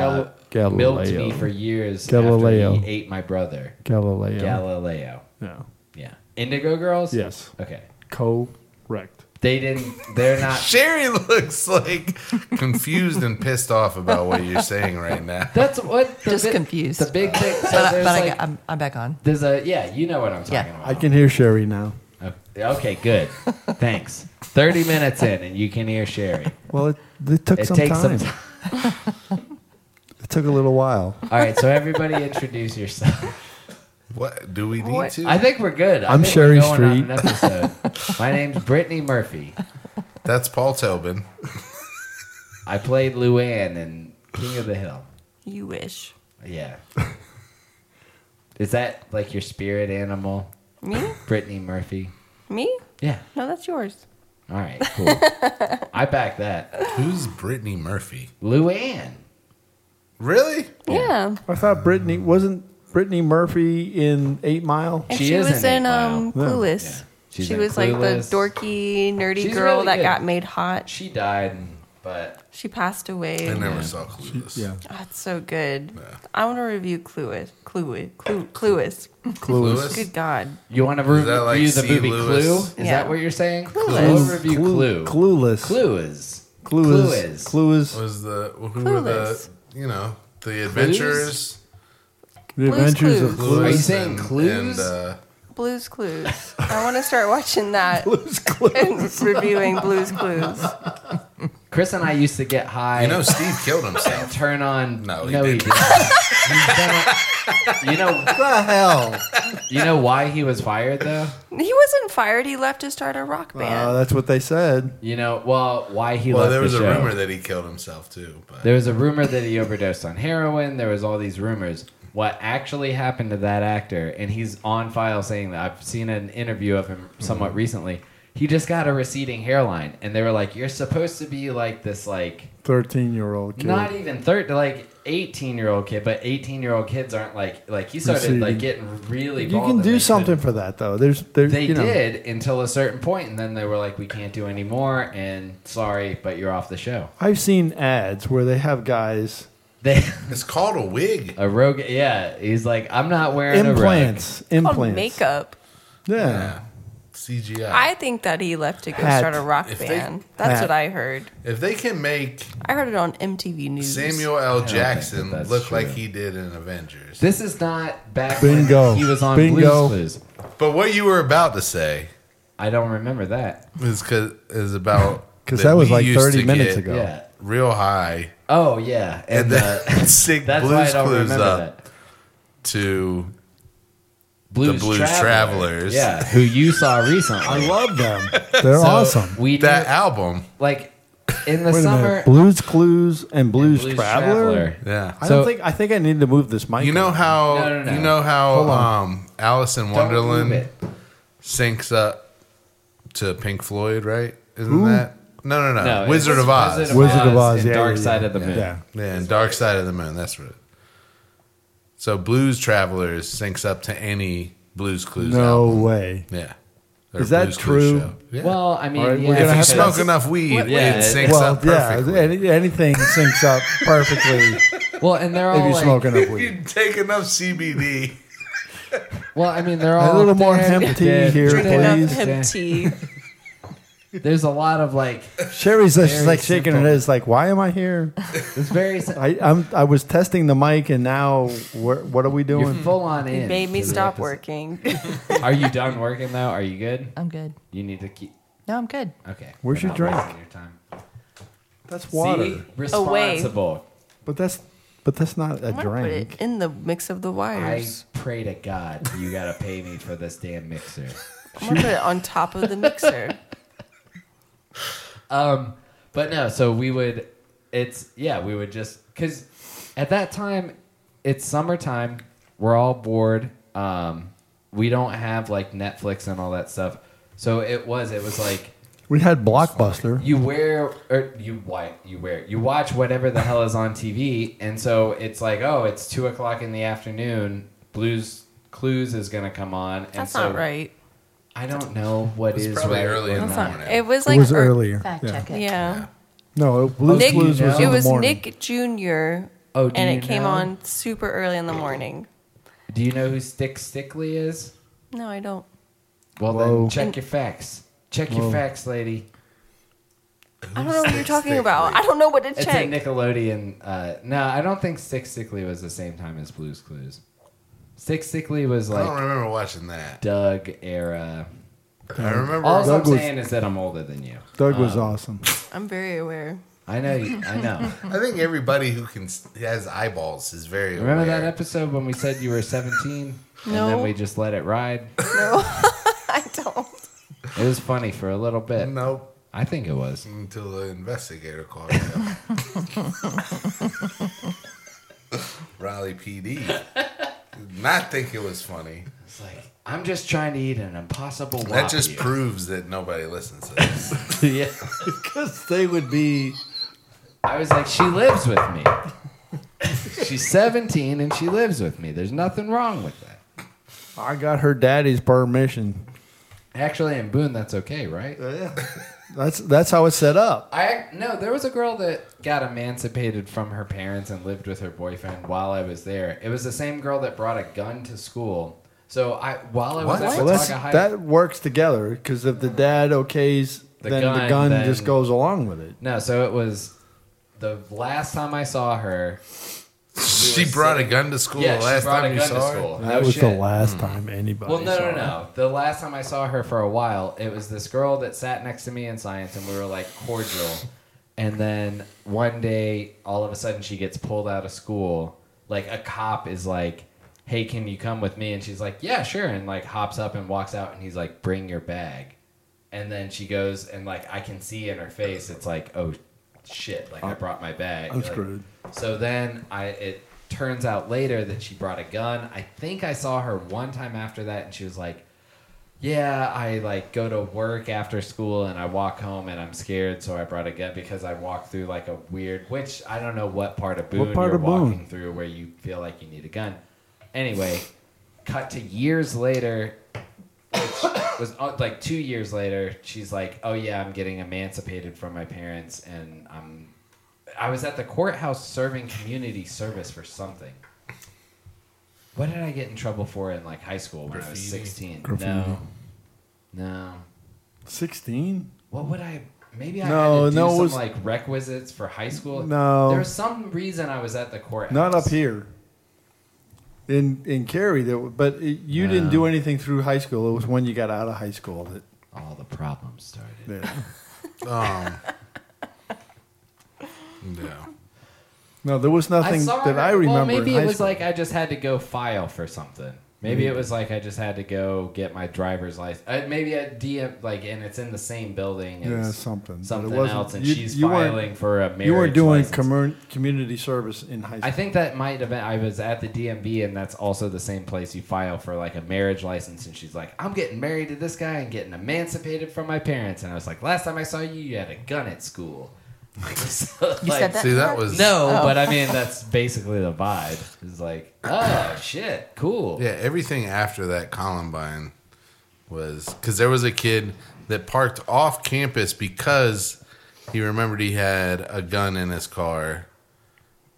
S4: Gal-
S2: milked
S4: Galileo.
S2: me for years
S4: Galileo.
S2: after he ate my brother.
S4: Galileo.
S2: Galileo.
S4: no.
S2: Yeah. Indigo Girls?
S4: Yes.
S2: Okay.
S4: Correct.
S2: They didn't, they're not.
S5: Sherry looks like confused and pissed off about what you're saying right now.
S2: That's what. The
S3: Just
S2: bi-
S3: confused.
S2: The big thing. So
S3: But, I-
S2: there's
S3: but I,
S2: like,
S3: got- I'm, I'm back on.
S2: there's a, yeah, you know what I'm talking
S3: Yeah.
S2: about.
S4: I can hear Sherry now.
S2: Okay, good. Thanks. 30 minutes in, and you can hear Sherry.
S4: Well, it, it took
S2: It
S4: some
S2: takes
S4: time.
S2: some time.
S4: It took a little while.
S2: All right, so everybody introduce yourself.
S5: What do we need
S6: What?
S5: to?
S2: I think we're good. I
S4: I'm
S2: think we're
S4: Sherry
S2: going on an episode. My name's Brittany Murphy.
S5: That's Paul Tobin.
S2: I played Luann in King of the Hill.
S6: You wish.
S2: Yeah. Is that like your spirit animal,
S6: Me?
S2: Brittany Murphy?
S6: Me?
S2: Yeah.
S6: No, that's yours.
S2: All right. Cool. I back that.
S5: Who's Brittany Murphy?
S2: Luann.
S5: Really?
S6: Yeah.
S4: I thought Brittany wasn't Brittany Murphy in Eight Mile.
S6: And
S2: She
S6: she,
S2: is
S6: was
S2: in
S6: in,
S2: Eight
S6: um,
S4: Mile. Yeah.
S6: Clueless.
S2: Yeah. She's
S6: she
S2: in
S6: was like the
S2: Clueless.
S6: dorky, nerdy
S2: She's
S6: girl
S2: really
S6: that
S2: good.
S6: got made hot.
S2: She died, but
S6: She passed away.
S5: I never saw Clueless.
S4: Yeah,
S6: Oh, that's so good. I want to review Clueless. Clueless. Clue, Clueless.
S5: Clueless.
S6: Good God.
S2: you want to review
S5: that like
S2: the
S5: C.
S2: movie
S5: Lewis?
S2: Clue? Is
S6: Yeah.
S2: that what you're saying?
S6: Clueless.
S2: We'll review Clue. Clue.
S4: Clueless.
S2: Clues. Clues.
S4: Clueless. Clueless.
S5: Was the who were the
S6: Clueless.
S5: you know the adventures?
S4: The Adventures of
S5: Clueless
S2: Are you
S4: Clueless.
S2: saying
S5: and-
S2: Clues?
S5: And, uh,
S6: Blues Clues. I want to start watching that
S4: Clueless. Clueless.
S6: and reviewing Blues Clues.
S2: Chris and I used to get high.
S5: you know, Steve killed himself.
S2: turn on.
S5: No,
S2: No,
S5: he
S2: he, didn't. He's done it. you know,
S4: the hell?
S2: you know why he was fired though.
S6: He wasn't fired. He left to start a rock
S4: Uh,
S6: band.
S4: that's what they said.
S2: You know, well, why he
S5: Well,
S2: left
S5: there was
S2: the
S5: a
S2: show.
S5: rumor that he killed himself too. But
S2: There was a rumor that he overdosed on heroin. There was all these rumors. What actually happened to that actor? And he's on file saying that I've seen an interview of him
S5: Mm-hmm.
S2: somewhat recently. He just got a receding hairline, and they were like, "You're supposed to be like this, like
S4: 13 year old kid.
S2: not even third, like 18 year old kid, but 18 year old kids aren't like like he started
S4: Receding.
S2: like getting really.
S4: you
S2: bald
S4: can
S2: and they
S4: do something
S2: couldn't-
S4: for that, though. There's, there,
S2: They
S4: you know,
S2: did until a certain point, and then they were like, "We can't do any more," and sorry, but you're off the show.
S4: I've seen ads where they have guys
S2: They.
S5: it's called a wig.
S2: A rogue, yeah. He's like, I'm not wearing a
S4: implants,
S6: Called
S4: implants,
S6: makeup.
S4: Yeah.
S5: Yeah. CGI.
S6: I think that he left to go
S4: Hat.
S6: start a rock
S5: If they-
S6: band. That's
S4: Hat.
S6: what I heard.
S5: if they can make
S6: I heard it on MTV News.
S5: Samuel L.
S2: think
S5: Jackson
S2: that that's
S5: look like
S2: true.
S5: he did in Avengers,
S2: rogue. This is not back
S4: Bingo.
S2: when he was on
S4: Bingo.
S2: Blue's Clues.
S5: but what you were about to say
S2: I don't remember that.
S5: is 'cause- is about
S4: Because that was
S5: we
S4: like
S5: used
S4: 30
S5: to
S4: minutes
S5: get
S4: ago.
S2: Yeah.
S5: Real high,
S2: Oh yeah, and,
S5: and
S2: uh,
S5: then sing
S2: that's why
S5: Blues
S2: I don't
S5: Clues uh,
S2: remember
S5: up
S2: that.
S5: to
S2: Blues,
S5: Blues Travelers.
S2: yeah, who you saw recently.
S4: I love them. They're
S2: So,
S4: awesome.
S2: We
S5: that
S2: know-
S5: album.
S2: like in the
S4: Wait a
S2: summer.
S4: minute. Blues Clues and Blues,
S2: Blues
S4: Traveler.
S5: Yeah.
S4: I
S2: So-
S4: don't think I think I need to move this mic.
S5: You know how
S2: No, no, no.
S5: you know how
S4: Hold on.
S5: um, Alice in
S2: Don't move
S5: Wonderland
S2: it.
S5: syncs up to Pink Floyd, right? Isn't that no, no, no,
S2: No,
S5: Wizard
S2: it's
S5: of Oz,
S4: Wizard of Oz,
S2: and
S4: yeah,
S2: Dark
S4: yeah,
S2: Side
S4: yeah.
S2: of the Moon.
S4: Yeah.
S5: yeah, and Dark Side of the Moon. That's right. So Blues Travelers syncs up to any Blues Clues.
S4: No
S5: album.
S4: way.
S5: yeah, Or
S4: Is that
S5: Blues Clues
S4: true?
S5: show. Yeah.
S2: Well, I mean,
S4: All right, we're
S2: yeah,
S4: gonna
S5: if you
S4: have
S2: because-
S4: to-
S5: smoke enough weed,
S2: Yeah,
S5: it
S2: it-
S5: syncs
S4: Well,
S5: up
S4: yeah,
S5: perfectly.
S4: any, anything syncs up perfectly if
S2: well, and they're all
S4: you
S2: like,
S4: smoke enough
S5: If
S4: weed.
S5: you take enough CBD.
S2: Well, I mean, they're all
S4: A little more
S2: dead,
S4: hemp tea
S2: dead,
S4: here,
S2: dead,
S6: Drink enough
S4: please.
S6: hemp tea.
S2: There's a lot of like,
S4: Sherry's just
S2: Very
S4: like shaking her
S2: simple.
S4: head. It's like, why am I here?
S2: it's very.
S4: I I'm, I was testing the mic, and now where, what are we
S2: You're
S4: doing?
S2: full on in.
S6: Made me
S2: to the
S6: stop
S2: episode.
S6: working.
S2: Are you done working though? Are you good?
S3: I'm good.
S2: You need to keep.
S3: No, I'm good.
S2: Okay.
S4: Where's
S2: we're
S4: your
S2: not
S4: drink?
S2: wasting Your time.
S4: That's water,
S2: See,
S6: Away.
S2: responsible.
S4: but that's but that's not a
S6: I'm gonna put it
S4: drink.
S6: in the mix of the
S2: I
S6: wires.
S2: pray to God you gotta pay me for this damn mixer.
S6: I'm gonna put it on top of the mixer.
S2: Um, but no. So we would. It's yeah. We would just because at that time it's summertime. We're all bored. Um, we don't have like Netflix and all that stuff. So it was. It was like
S4: We had Blockbuster.
S2: you wear or you white you wear you watch whatever the hell is on TV, and so it's like oh, it's two o'clock in the afternoon. Blues Clues is gonna come on. And
S6: That's
S2: so
S6: not right.
S2: I don't know what
S5: It's
S2: is
S5: probably
S2: right
S5: early
S2: or
S5: in the
S2: not.
S5: morning.
S6: It was
S4: It
S6: like
S4: was
S6: ear-
S4: earlier.
S3: Fact
S4: yeah.
S3: check it.
S6: Yeah.
S4: No, it- Blues
S6: Nick,
S4: Blues was
S2: know?
S4: in
S6: it
S4: the
S6: was
S4: morning.
S6: Nick Jr.
S2: Oh, do
S6: and
S2: you
S6: it came
S2: know?
S6: on super early in the morning.
S2: Do you know who Stick Stickley is?
S6: No, I don't.
S2: Well
S4: Whoa.
S2: then, check your facts. Check your facts, lady.
S6: I don't know what you're talking
S5: Stick
S6: about. I don't know what to
S2: It's
S6: check.
S2: a Nickelodeon. Uh, no, I don't think Stick Stickley was the same time as Blues Clues. Stick Stickley was
S5: I don't
S2: like
S5: remember watching that.
S2: Doug era.
S5: I remember
S2: All I'm
S4: Doug was-
S2: saying is that I'm older than you.
S4: Doug was awesome.
S6: I'm very aware.
S2: I know. You, I know.
S5: I think everybody who can s- has eyeballs is very.
S2: Remember
S5: aware.
S2: that episode when we said you were 17
S6: No.
S2: and then we just let it ride?
S6: No, I don't.
S2: It was funny for a little bit.
S5: Nope.
S2: I think it was.
S5: Until the investigator called me up. Raleigh PD did not think it was funny.
S2: It's like I'm just trying to eat an impossible.
S5: That
S2: whopper.
S5: just proves that nobody listens to this.
S2: yeah.
S8: Because they would be.
S2: I was like, she lives with me. She's 17 and she lives with me. There's nothing wrong with that.
S4: I got her daddy's permission.
S2: Actually, in Boone, that's okay, right?
S4: That's that's how it's set up.
S2: I no, there was a girl that got emancipated from her parents and lived with her boyfriend while I was there. It was the same girl that brought a gun to school. So I while I was
S5: What?
S2: at
S4: Well, that's,
S2: Watauga High,
S4: that works together because if the dad okays,
S2: The
S4: then
S2: gun,
S4: the gun
S2: then-
S4: just goes along with it.
S2: no, so it was the last time I saw her.
S5: she brought a gun to school
S2: Yeah,
S5: the
S2: she
S5: last
S2: brought
S5: time
S2: a
S5: you
S2: gun to
S5: saw her.
S2: school.
S4: That
S2: No
S4: was the
S2: shit. Hmm.
S4: last time anybody.
S2: Well, no,
S4: saw
S2: no,
S4: her.
S2: no. The last time I saw her for a while, it was this girl that sat next to me in science, and we were like cordial. And then one day, all of a sudden, she gets pulled out of school. Like a cop is like, "Hey, can you come with me?" And she's like, "Yeah, sure." And like hops up and walks out, and he's like, "Bring your bag." And then she goes, and like I can see in her face, it's like, "Oh shit!" Like I brought my bag.
S4: I'm
S2: Like,
S4: screwed.
S2: so then I it turns out later that she brought a gun. I think I saw her one time after that and she was like, "Yeah, I like go to work after school and I walk home and I'm scared, so I brought a gun because I walked through like a weird, which I don't know what part of Boone
S4: part
S2: you're
S4: of Boone?
S2: walking through where you feel like you need a gun." Anyway, cut to years later was uh, like two years later she's like oh yeah i'm getting emancipated from my parents and i'm i was at the courthouse serving community service for something what did i get in trouble for in like high school when i was
S5: Graffiti.
S2: 16
S4: Graffiti.
S2: no no
S4: Sixteen.
S2: what would i maybe i
S4: No,
S2: had to do
S4: no, it
S2: some
S4: was-
S2: like requisites for high school
S4: No.
S2: there was some reason i was at the courthouse
S4: Not up here. In in Cary, there, w- but it, you didn't
S2: No.
S4: do anything through high school. It was when you got out of high school that.
S2: all the problems started
S4: that
S5: Um, yeah.
S4: no, there was nothing
S2: saw
S4: that
S2: her-
S4: I remember.
S2: Well, maybe
S4: in high
S2: it was
S4: school. Hmm.
S2: like I just had to go file for something. Maybe it was like I just had to go get my driver's license. I, maybe I DM like, and it's in the same building. As
S4: Yeah, something, but it
S2: something
S4: wasn't-
S2: else, and
S4: you-
S2: she's
S4: you weren't-
S2: filing for a marriage.
S4: you were doing
S2: license.
S4: commun- community service in high school.
S2: I think that might have been. I was at the DMV, and that's also the same place you file for like a marriage license. And she's like, "I'm getting married to this guy and getting emancipated from my parents." And I was like, "Last time I saw you, you had a gun at school." So,
S6: You
S2: like,
S6: said that.
S5: See, that was
S2: no,
S3: Oh.
S2: Oh, but I mean that's basically the vibe. It's like, oh shit, cool.
S5: Yeah, everything after that Columbine was because there was a kid that parked off campus because he remembered he had a gun in his car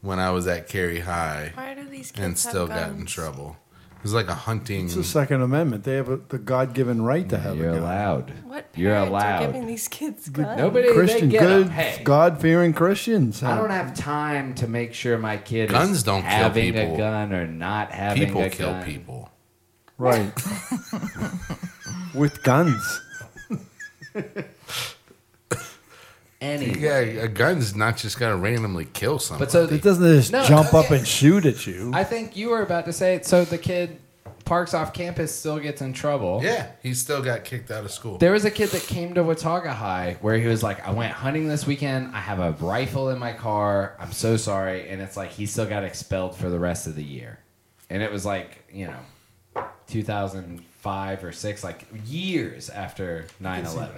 S5: when I was at Cary High
S6: Why do these kids
S5: and still
S6: have guns?
S5: got in trouble. It was like a hunting.
S4: it's the Second Amendment. They have a, the God-given right to have
S2: You're
S4: a gun.
S2: allowed.
S6: What
S2: You're
S6: parents Are
S2: allowed.
S6: giving these kids guns?
S2: Nobody they
S4: Christian,
S2: get
S4: good,
S2: 'em. Hey,
S4: God-fearing Christians.
S2: I
S4: have-
S2: don't have time to make sure my kid
S5: Guns
S2: is
S5: don't kill
S2: having
S5: people.
S2: a gun or not having
S5: people
S2: a
S5: kill
S2: gun.
S5: people.
S4: right with guns.
S2: Any.
S5: Yeah, a gun's not just gonna randomly kill somebody.
S2: But so
S4: It doesn't just
S2: No,
S4: jump up
S2: okay.
S4: and shoot at you.
S2: I think you were about to say it. So the kid parks off campus, still gets in trouble.
S5: yeah, he still got kicked out of school.
S2: There was a kid that came to Watauga High where he was like, I went hunting this weekend. I have a rifle in my car. I'm so sorry. And it's like, he still got expelled for the rest of the year. And it was like, you know, 2005 or 6, like years after 9 11.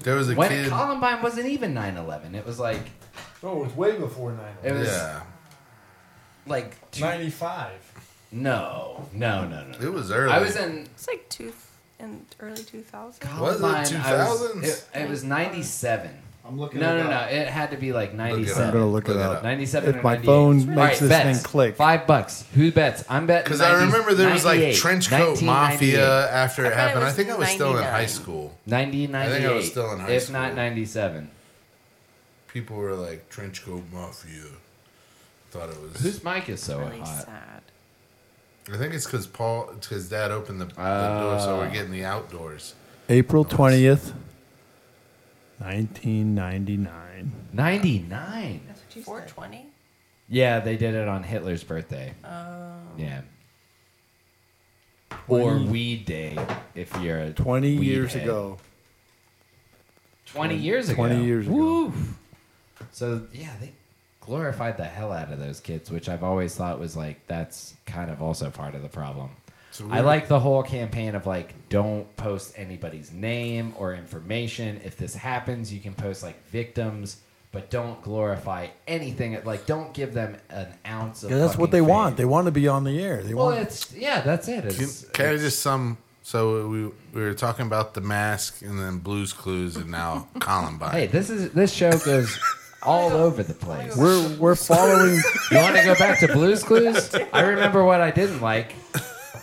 S5: There was a
S2: When
S5: kid.
S2: Columbine wasn't even 9 11. It was like,
S4: oh, it was way before nine.
S2: it was
S5: yeah,
S2: like, two,
S4: Ninety-five.
S2: no, no, no, no.
S5: it was early.
S2: I was in
S6: It's like two in early 2000s.
S5: Was it
S2: Columbine. I was-
S5: 2000s?
S2: it- It was 97.
S4: I'm looking.
S2: No,
S4: it
S2: no,
S4: up.
S2: no. It had to be like
S5: it up.
S4: I'm gonna
S2: 97.
S4: look it
S5: Look it
S4: up.
S5: up.
S2: 97
S4: If
S2: or
S4: my
S2: 98.
S4: phone
S2: All right,
S4: makes this
S2: bets.
S4: thing click,
S2: Five bucks. Who bets? I'm betting.
S5: Because I
S2: 90
S5: remember there was like
S2: 98,
S5: trench coat
S2: 1998.
S5: mafia after
S6: I
S5: it
S6: thought it
S5: happened. I
S6: was
S5: think I was still in
S6: 99.
S5: high school.
S2: 90,
S5: I
S2: 98.
S5: think I was still in high
S2: if
S5: school.
S2: not 97.
S5: People were like trench coat mafia. Thought it was.
S2: Whose mic is so
S6: Really
S2: hot?
S6: sad.
S5: I think it's because Paul, it's because Dad Ah. opened the, the door, so we're getting the outdoors.
S4: April twentieth, 1999.
S2: 99.
S7: That's what you
S6: Four
S7: said.
S6: twenty.
S2: Yeah, they did it on Hitler's birthday. Oh. Yeah. Or Weed Day, if you're a
S4: 20
S2: weed
S4: years
S2: head.
S4: ago.
S2: 20 years ago.
S4: 20 years ago.
S2: Woo. So, yeah, they glorified the hell out of those kids, which I've always thought was like, that's kind of also part of the problem. I like the whole campaign of like, don't post anybody's name or information. If this happens, you can post like victims, but don't glorify anything. Like, don't give them an ounce of.
S8: Yeah, that's what
S2: fucking
S8: they
S2: fame.
S8: want. They want to be on the air. They
S2: Well,
S8: want.
S2: it's yeah, that's it.
S5: Can,
S2: It's,
S5: can I just some? So we we were talking about the mask and then Blue's Clues and now Columbine.
S2: hey, this is this show goes all over the place.
S4: We're we're following
S2: You want to go back to Blue's Clues? I remember what I didn't like.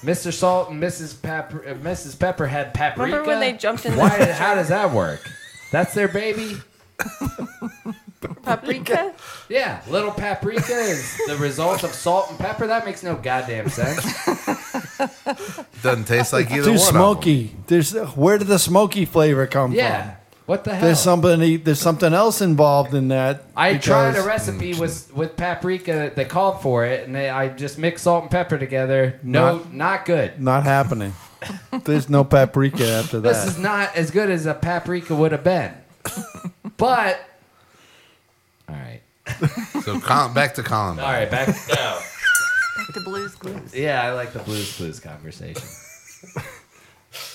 S2: Mr. Salt and Mrs. Pepper, uh, Mrs. Pepper had paprika.
S6: Remember when they jumped in the
S2: Why? How does that work? That's their baby.
S6: paprika?
S2: Yeah, little paprika is the result of salt and pepper. That makes no goddamn sense.
S5: Doesn't taste like either
S8: too
S5: one. of them.
S8: smoky. There's where did the smoky flavor come from?
S2: Yeah, what the hell?
S8: There's somebody. There's something else involved in that.
S2: I tried a
S8: because- Mm.
S2: recipe with with paprika. They called for it, and they, I just mixed salt and pepper together. No, not,
S8: Not-
S2: good.
S8: Not happening. There's no paprika after
S2: This
S8: that.
S2: is not as good as a paprika would have been. but all right,
S5: So Col- back to Columbine.
S2: all right, back. No.
S3: Back to Blues Clues.
S2: Yeah, I like the blues blues conversation.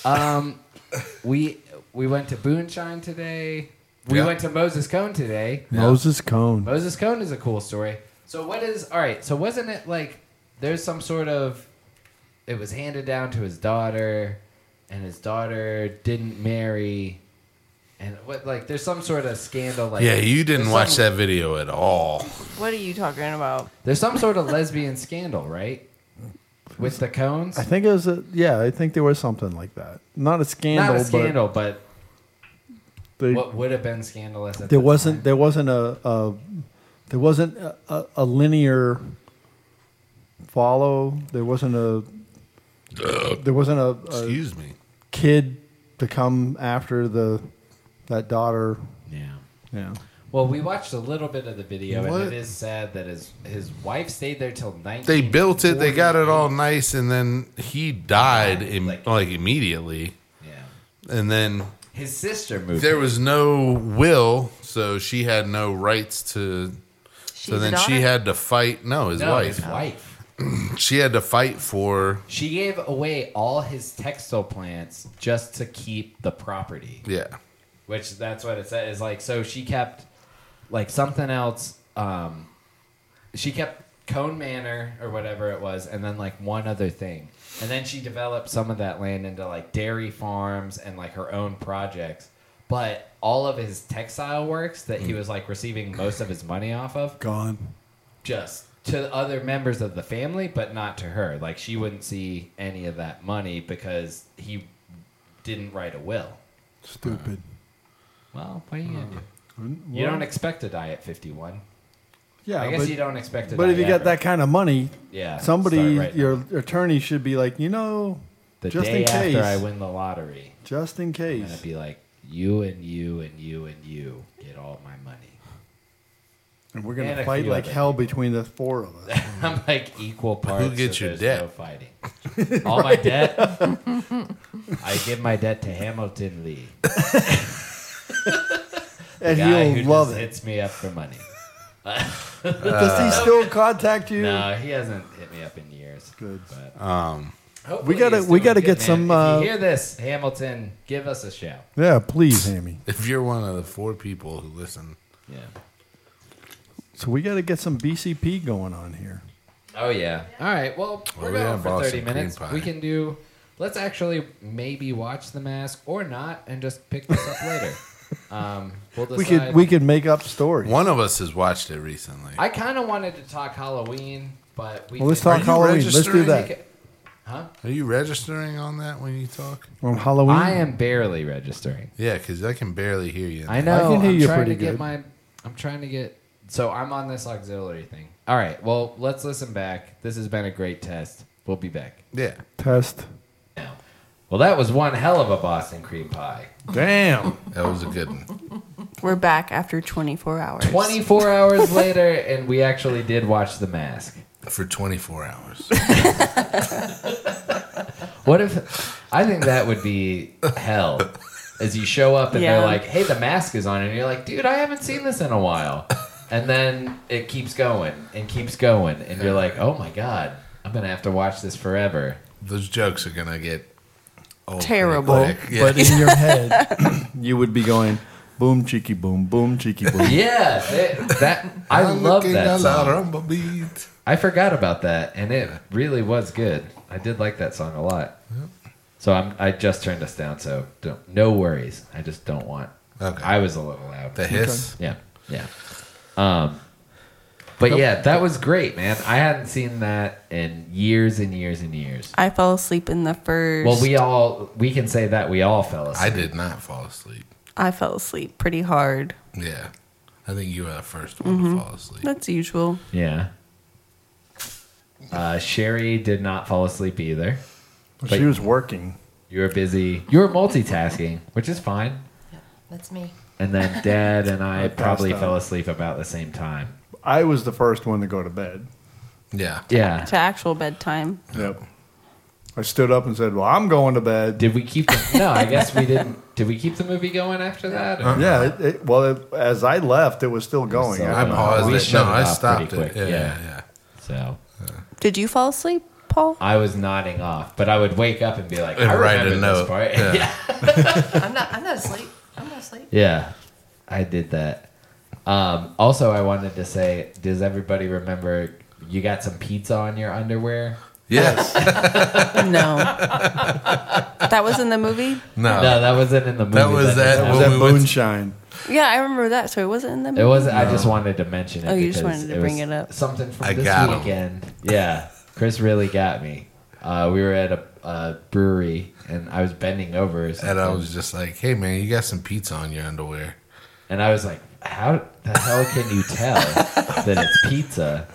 S2: um, we we went to Boonshine today. We
S5: Yeah.
S2: went to Moses Cone today.
S4: Moses Cone.
S2: Moses Cone is a cool story. So what is all right? So wasn't it like there's some sort of it was handed down to his daughter, and his daughter didn't marry, and what like there's some sort of scandal like
S5: Yeah, you didn't
S2: there's
S5: watch
S2: some-
S5: that video at all.
S6: What are you talking about?
S2: There's some sort of lesbian scandal, right? With the cones,
S4: I think it was a yeah. I think there was something like that. Not a
S2: not
S4: scandal,
S2: a scandal, but
S4: but they,
S2: what would have been scandalous? At
S4: there
S2: the
S4: wasn't
S2: time?
S4: there wasn't a, a there wasn't a, a, a linear follow. There wasn't a there wasn't a, a
S5: Excuse me.
S4: kid to come after the that daughter.
S2: Yeah.
S4: Yeah,
S2: Well, we watched a little bit of the video,
S5: What?
S2: and it is sad that his his wife stayed there till nineteen.
S5: They built it. They got it all nice, and then he died Im- like,
S2: Like-
S5: immediately.
S2: Yeah.
S5: And then
S2: His sister moved.
S5: there was no will, so she had no rights to.
S3: She's
S5: So then she had to fight. No, his
S2: no,
S5: wife.
S2: his wife.
S5: She had to fight for.
S2: She gave away all his textile plants just to keep the property,
S5: Yeah,
S2: which that's what it said. Is like so she kept like something else. Um, she kept Cone Manor or whatever it was, and then like one other thing, and then she developed some of that land into like dairy farms and like her own projects. But all of his textile works that he was like receiving most of his money off of
S8: gone.
S2: just to other members of the family, but not to her. Like she wouldn't see any of that money because he didn't write a will.
S8: Stupid.
S2: Well, what are you gonna do? You don't expect to die at fifty-one.
S4: yeah.
S2: I guess
S4: but,
S2: you don't expect to.
S4: but
S2: die
S4: if you got
S2: ever.
S4: that kind of money,
S2: yeah,
S4: somebody
S2: start right
S4: your
S2: now.
S4: attorney should be like, you know,
S2: the
S4: just
S2: day
S4: in case,
S2: after I win the lottery,
S4: just in
S2: I'm gonna
S4: case.
S2: be like you and you and you and you get all my money.
S4: And we're
S2: and
S4: gonna
S2: a
S4: fight
S2: few
S4: like
S2: other
S4: hell between the four of us.
S2: I'm like equal parts.
S5: gets
S2: so
S5: your
S2: there's
S5: debt?
S2: No fighting. All my debt. I give my debt to Hamilton Lee.
S4: and
S2: guy
S4: he'll
S2: who
S4: love
S2: just
S4: it.
S2: hits me up for money.
S4: Does he still contact you?
S2: No, he hasn't hit me up in years.
S4: Good.
S2: But
S5: um,
S2: hopefully
S4: We gotta-
S2: he's
S4: we
S2: doing
S4: gotta
S2: good,
S4: get
S2: man.
S4: some,
S2: If
S4: uh,
S2: you hear this, Hamilton? Give us a shout.
S4: Yeah, please, Amy.
S5: if you're one of the four people who listen,
S2: Yeah.
S4: So we got to get some BCP going on here.
S2: Oh yeah. All right. Well,
S4: Oh,
S2: we're
S5: we
S2: going
S5: have
S2: for
S5: Boston
S2: thirty
S5: cream
S2: minutes.
S5: pie.
S2: We can do. Let's actually maybe watch The Mask or not, and just pick this up later. Um, we'll decide.
S4: We could we could make up stories.
S5: one of us has watched it recently.
S2: I kind of wanted to talk Halloween, but we.
S4: Well, let's
S2: can-
S5: Are
S4: talk
S5: you
S4: Halloween. Let's do
S5: registering?
S4: that
S5: Are you registering on that when you talk?
S4: on Halloween.
S2: I am barely registering.
S5: Yeah, because I can barely hear you.
S2: I know. I
S4: can hear
S2: am
S4: you
S2: trying
S4: pretty
S2: to get
S4: good.
S2: my. I'm trying to get. So I'm on this auxiliary thing. All right. Well, let's listen back. This has been a great test. We'll be back.
S5: Yeah.
S4: test.
S2: Now. Well, that was one hell of a Boston cream pie.
S4: Damn.
S5: That was a good one.
S6: We're back after 24 hours.
S2: 24 hours later, and we actually did watch The Mask.
S5: for 24 hours.
S2: What if I think that would be hell? As you show up and
S6: Yeah.
S2: they're like, "Hey, the mask is on," and you're like, "Dude, I haven't seen this in a while," and then it keeps going and keeps going, and you're like, "Oh my god, I'm gonna have to watch this forever."
S5: Those jokes are gonna get old pretty
S6: Terrible.
S5: quick. Yeah.
S4: But in your head, you would be going, boom, cheeky, boom, boom, cheeky, boom.
S2: Yeah, that- that I
S5: I'm
S2: love
S5: looking
S2: that
S5: at La
S2: song.
S5: Rumba beat.
S2: I forgot about that, and it really was good. I did like that song a lot. So I'm I just turned this down, so don't, no worries. I just don't want.
S5: Okay.
S2: I was a little loud.
S5: The hiss.
S2: Yeah, yeah. Um, but yeah, that was great, man. I hadn't seen that in years and years and years.
S6: I fell asleep in the first.
S2: Well, we all we can say that we all fell
S5: I
S2: asleep.
S5: did not fall asleep.
S6: I fell asleep pretty hard.
S5: Yeah. I think you were the first one
S2: Mm-hmm.
S5: to fall asleep.
S6: That's usual.
S2: yeah. Uh, Sherry did not fall asleep either.
S4: She was working.
S2: You were busy. You were multitasking, which is fine.
S7: That's me.
S2: And then Dad and I
S4: passed
S2: probably
S4: out.
S2: fell asleep about the same time.
S4: I was the first one to go to bed.
S5: Yeah.
S2: Yeah.
S6: To actual bedtime.
S4: Yep. I stood up and said, well, I'm going to bed.
S2: Did we keep? The, no, I guess we didn't. Did we keep the movie going after that? or-
S4: Yeah, it, it, well, it, as I left, it was still going.
S2: So-
S5: I
S4: I,
S5: paused
S2: We
S5: it.
S2: shut
S5: No,
S2: it
S5: I
S2: off pretty
S5: stopped it.
S2: quick.
S5: Yeah,
S2: Yeah.
S5: yeah, yeah.
S2: So
S6: Did you fall asleep, Paul?
S2: I was nodding off, but I would wake up and be like,
S5: And
S2: I
S5: write a
S2: remember this
S5: note.
S2: part. Yeah.
S5: Yeah.
S2: yeah,
S7: I'm not. I'm not asleep. I'm not asleep.
S2: I did that. Um, also, I wanted to say, does everybody remember you got some pizza on your underwear?
S5: Yes.
S6: No. that was in the movie?
S5: No.
S2: no, that wasn't in the movie.
S5: Oh. That was
S2: just
S5: that
S2: happened.
S4: was
S5: when
S4: that
S5: we went-
S4: moonshine.
S6: Yeah, I remember that. So it wasn't in the movie.
S2: It was. I just wanted to mention it.
S6: Oh, you just
S2: because
S6: wanted to
S2: was
S6: bring it up.
S2: Something from
S5: I
S2: this
S5: got 'em.
S2: weekend. Yeah, Chris really got me. Uh, we were at a, a brewery and I was bending over. or
S5: And
S2: something.
S5: I was just like, hey, man, you got some pizza on your underwear.
S2: And I was like, how the hell can you tell that it's pizza?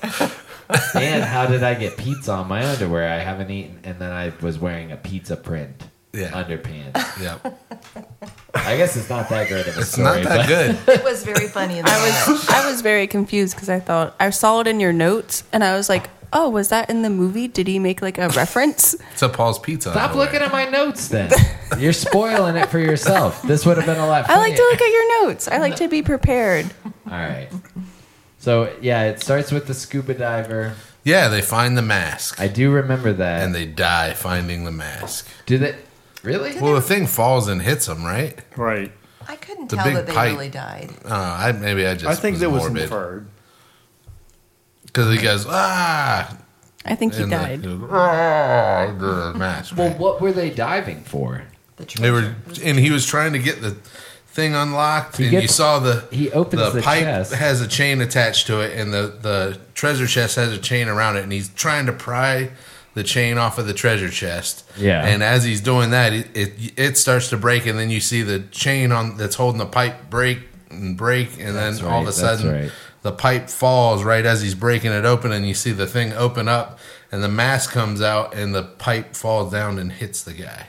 S2: And how did I get pizza on my underwear? I haven't eaten. And then I was wearing a pizza print
S5: Yeah.
S2: underpants.
S5: Yep.
S2: I guess it's not that great of a
S5: It's
S2: story.
S5: not that
S2: but
S5: good.
S7: It was very funny. In the
S6: I was I was very confused because I thought I saw it in your notes and I was like, oh, was that in the movie? Did he make like a reference?
S5: It's a Paul's Pizza.
S2: Stop looking at my notes then. You're spoiling it for yourself. This would have been a lot
S6: I
S2: funnier.
S6: like to look at your notes. I like to be prepared.
S2: All right. So, yeah, it starts with the scuba diver.
S5: Yeah, they find the mask.
S2: I do remember that.
S5: and they die finding the mask.
S2: do they. Really?
S5: Well, the thing falls and hits them, right?
S4: Right.
S7: I couldn't
S5: The
S7: tell
S5: big
S7: that they
S5: pipe.
S7: really died.
S5: Uh, I maybe I just
S4: I think
S5: was
S4: that was
S5: morbid
S4: inferred.
S5: because he goes ah,
S6: I think he
S5: and the-
S6: died.
S5: "Ah," the mask.
S2: Well,
S5: right?
S2: what were they diving for?
S7: The
S5: They
S7: treasure.
S5: were, and he was trying to get the thing unlocked,
S2: He
S5: and you
S2: gets-
S5: saw the
S2: he opens the
S5: pipe
S2: chest.
S5: has a chain attached to it, and the the treasure chest has a chain around it, and he's trying to pry the chain off of the treasure chest.
S2: Yeah.
S5: and as he's doing that, it it, it starts to break, and then you see the chain on that's holding the pipe break and break, and
S2: That's
S5: then all of
S2: right,
S5: a
S2: that's
S5: sudden
S2: right.
S5: the pipe falls right as he's breaking it open, and you see the thing open up, and the mask comes out, and the pipe falls down and hits the guy.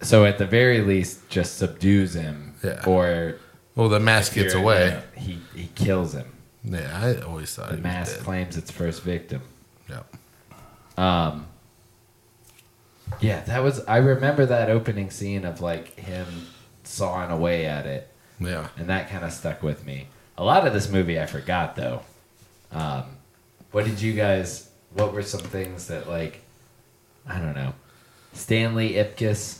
S2: So, at the very least, just subdues him
S5: Yeah.
S2: or
S5: Well, the mask gets
S2: Fury,
S5: away.
S2: yeah, He he kills him.
S5: Yeah, I always thought
S2: The
S5: he was
S2: mask
S5: dead.
S2: claims its first victim.
S5: Yep.
S2: Yeah, that was I remember that opening scene of like him sawing away at it,
S5: Yeah.
S2: and that kind of stuck with me. A lot of this movie I forgot though. Um, what did you guys? What were some things that like? I don't know. Stanley Ipkiss,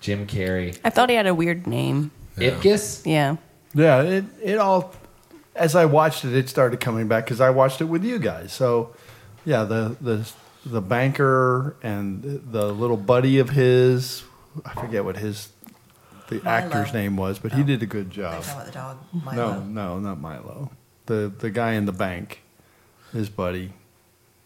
S2: Jim Carrey.
S6: I thought he had a weird name.
S2: Ipkiss.
S6: Yeah.
S4: Yeah, it, it all, as I watched it, it started coming back because I watched it with you guys. So, yeah, the, the, the banker and the little buddy of his, I forget what his, the actor's name was, but he did a good
S7: They
S4: job.
S7: talk about the dog. Milo.
S4: No, no, not Milo. The, the guy in the bank, his buddy.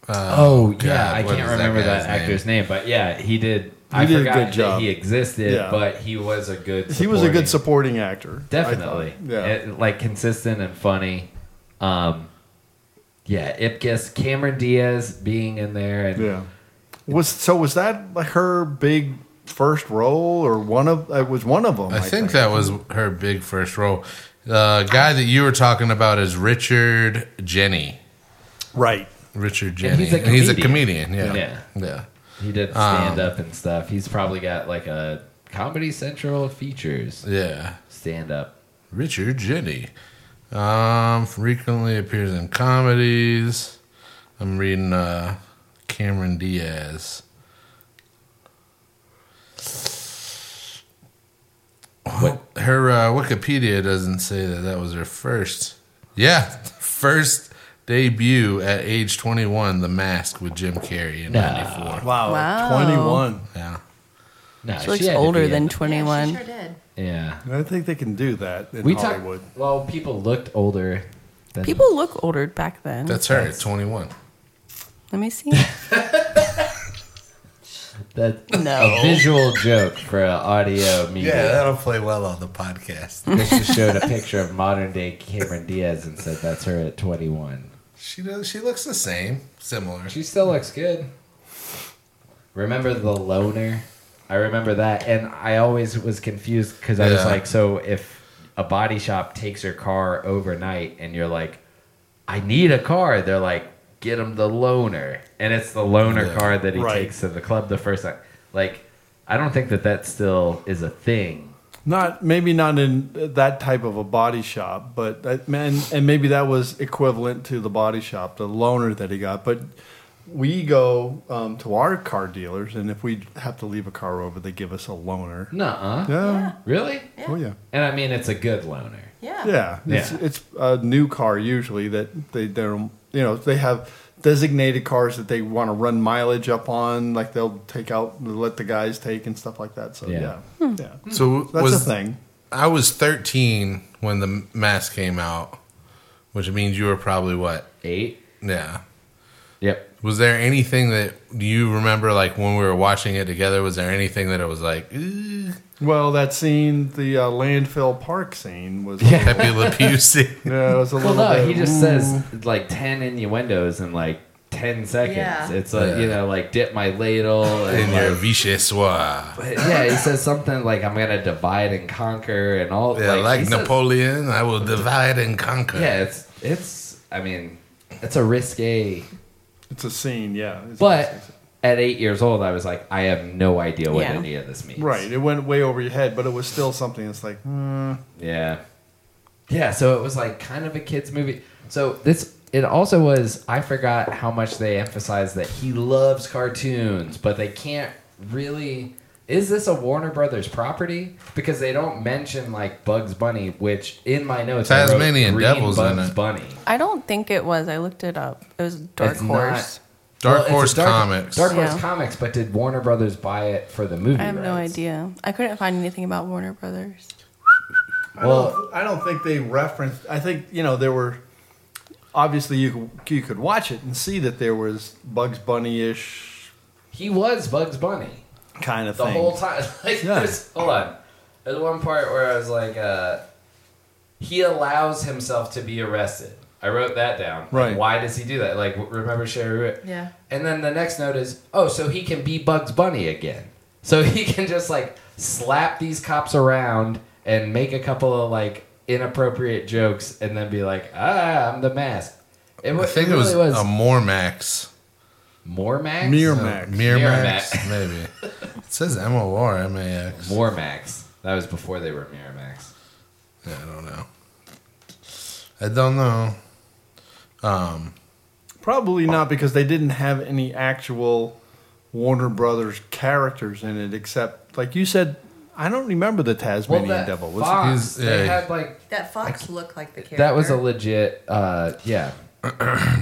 S2: Oh yeah,
S5: God,
S2: I
S5: what
S2: can't
S5: is that
S2: remember that,
S5: guy's name?
S2: actor's name, but yeah, he did. I
S4: did a
S2: forgot
S4: good
S2: that
S4: job.
S2: he existed,
S4: Yeah.
S2: but he was a good.
S4: He was a good
S2: supporting-
S4: supporting actor. I
S2: Definitely.
S4: thought. Yeah.
S2: It- like consistent and funny. Um, yeah, Ipkiss, Cameron Diaz being in there, and
S4: Yeah. Was so was that like her big first role or one of it was one of them?
S5: I think that was her big first role. The guy that you were talking about is Richard Jenny.
S4: Right.
S5: Richard Jenny.
S2: And he's a
S5: comedian. Yeah.
S2: Yeah.
S5: Yeah.
S2: He did
S6: Ah.
S2: stand up and stuff. He's probably got like a Comedy Central features
S5: Yeah.
S2: stand up.
S5: Richard Jenny. Um, frequently appears in comedies. I'm reading uh, Cameron Diaz.
S2: What?
S5: Her uh, Wikipedia doesn't say that that was her first. Yeah, first debut at age 21, The Mask with Jim Carrey in
S2: No.
S5: 94.
S4: Wow.
S6: Wow.
S4: 21.
S5: Yeah.
S2: No,
S6: She looks
S2: Uh, had to be
S6: older
S2: in-
S6: than
S7: Yeah,
S6: 21.
S7: she sure did.
S2: Yeah.
S4: I don't think they can do that in
S2: We talked.
S4: Hollywood.
S2: Well, people looked older. Than
S6: People look older back then.
S5: That's her at 21.
S6: Let me see.
S2: That
S6: No.
S2: a visual joke for uh, audio media.
S5: that'll play well on the podcast.
S2: This just showed a picture of modern day Cameron Diaz and said that's her at 21.
S5: she does. She looks the same, similar.
S2: She still looks good. Remember the loner? I remember that, and I always was confused because I was
S5: Yeah.
S2: like, so if a body shop takes your car overnight, and you're like, I need a car, they're like, get him the loner, and it's the loner
S5: Yeah.
S2: car that he
S4: Right.
S2: takes to the club the first time. Like, I don't think that that still is a thing.
S4: Not maybe not in that type of a body shop, but that, and, and maybe that was equivalent to the body shop, the loaner that he got. But we go um, to our car dealers, and if we have to leave a car over, they give us a loaner.
S2: Nuh-uh.
S4: Yeah.
S2: Really?
S4: Oh yeah.
S2: And I mean, it's a good loner.
S7: Yeah.
S4: Yeah, it's,
S2: Yeah.
S4: it's a new car usually that they they don't you know they have designated cars that they want to run mileage up on, like they'll take out let the guys take and stuff like that. So
S2: Yeah.
S4: yeah, yeah,
S5: So
S4: that's
S5: was
S4: a thing.
S5: I was 13 when the mask came out, which means you were probably what?
S2: Eight.
S5: Yeah.
S2: Yep.
S5: Was there anything that you remember, like when we were watching it together? Was there anything that it was like, "Ooh,
S4: Well, that scene, the uh, landfill park scene was
S2: Yeah.
S5: Pepe Le Pew scene?
S4: yeah, it was a
S2: Well,
S4: little.
S2: no,
S4: bit,
S2: he just
S4: "Ooh."
S5: Mm.
S2: says like ten innuendos in like ten seconds.
S7: Yeah.
S2: It's like you
S5: Yeah.
S2: know, like dip my ladle
S5: in
S2: and
S5: your
S2: like,
S5: vichyssoise.
S2: yeah, he says something like I'm gonna divide and conquer and all.
S5: Yeah, like,
S2: he says-
S5: Napoleon, I will divide and conquer.
S2: yeah, it's it's. I mean, it's a risque.
S4: it's a scene. Yeah, It's a
S2: But
S4: scene.
S2: at eight years old, I was like, I have no idea what
S6: Yeah.
S2: any of this means.
S4: right, it went way over your head, but it was still something. It's like hmm,
S2: Yeah. Yeah, so it was like kind of a kids movie. So this it also was I forgot how much they emphasized that he loves cartoons, but they can't really is this a Warner Brothers property? Because they don't mention like Bugs Bunny, which in my notes I wrote
S5: Tasmanian
S2: Green
S5: Devil's in
S2: Bugs
S5: it.
S2: Bunny.
S6: I don't think it was. I looked it up. It was Dark
S2: It's
S6: Horse.
S2: Well,
S5: Dark
S2: it's a
S5: Horse Comics.
S2: Dark Horse
S6: Yeah.
S2: Comics, but did Warner Brothers buy it for the movie?
S6: I have no
S2: rights?
S6: idea. I couldn't find anything about Warner Brothers.
S2: Well-
S4: I don't, I don't think they referenced. I think you know there were obviously you could- you could watch it and see that there was Bugs Bunny ish
S2: He was Bugs Bunny.
S4: kind of
S2: the
S4: thing.
S2: whole time. Like,
S4: Yeah.
S2: there's, hold on. There's one part where I was like, uh, he allows himself to be arrested. I wrote that down. Like,
S4: Right.
S2: why does he do that? Like, w- remember Sherry? Ri-
S7: Yeah.
S2: And then the next note is, oh, so he can be Bugs Bunny again. So he can just like slap these cops around and make a couple of like inappropriate jokes, and then be like, ah, I'm the mask. It, wa-
S5: I think it was,
S2: really was,
S5: a Mormax.
S2: Mormax.
S4: Miramax.
S5: Miramax, maybe. It says M O R M A X.
S2: Mormax. That was before they were Miramax.
S5: Yeah, I don't know. I don't know. Um,
S4: Probably not because they didn't have any actual Warner Brothers characters in it, except like you said. I don't remember the Tasmanian
S2: that
S4: Devil. Was it?
S2: Fox,
S5: He's-
S2: they
S5: yeah.
S2: had like
S7: That fox looked like the character.
S2: that was a legit. Uh, yeah.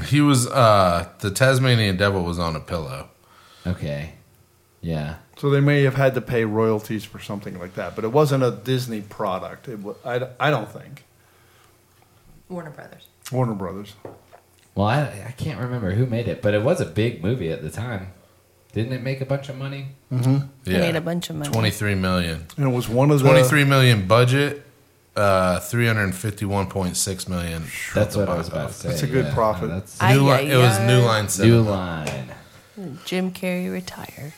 S5: he was uh, the Tasmanian devil was on a pillow.
S2: Okay. Yeah.
S4: So they may have had to pay royalties for something like that, but it wasn't a Disney product. It wa- I, I don't think
S7: Warner Brothers.
S4: Warner Brothers.
S2: Well, I, I can't remember who made it, but it was a big movie at the time. Didn't it make a bunch of money?
S6: They made a
S5: Yeah,
S6: bunch of money.
S5: twenty three million.
S4: And it was one of the
S5: Twenty three million budget. Uh, three hundred fifty one point six million.
S2: That's what I was about to say.
S4: That's a good
S2: yeah.
S4: profit.
S2: No, that's
S6: I-
S5: New Li- it was
S6: Ay-yi-yi.
S5: New Line Seven.
S2: new line.
S6: Jim Carrey retired.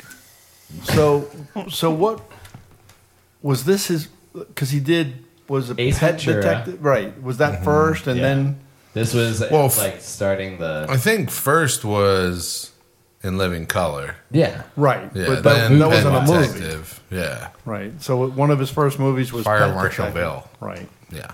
S4: So, so what was this? His because he did was a
S2: Ace
S4: pet
S2: Ventura.
S4: detective, right? Was
S5: Mm-hmm.
S4: that first, and
S2: Yeah.
S4: then
S2: This was
S5: Well, f-
S2: like starting the
S5: I think first was in Living Color.
S2: yeah.
S4: right?
S5: Yeah,
S4: but that,
S5: then
S4: that
S5: Pet
S4: wasn't a movie,
S5: Detective. Yeah,
S4: right? So one of his first movies was
S5: Fire
S4: Pet
S5: Marshal
S4: Detective.
S5: Bill.
S4: right?
S5: Yeah.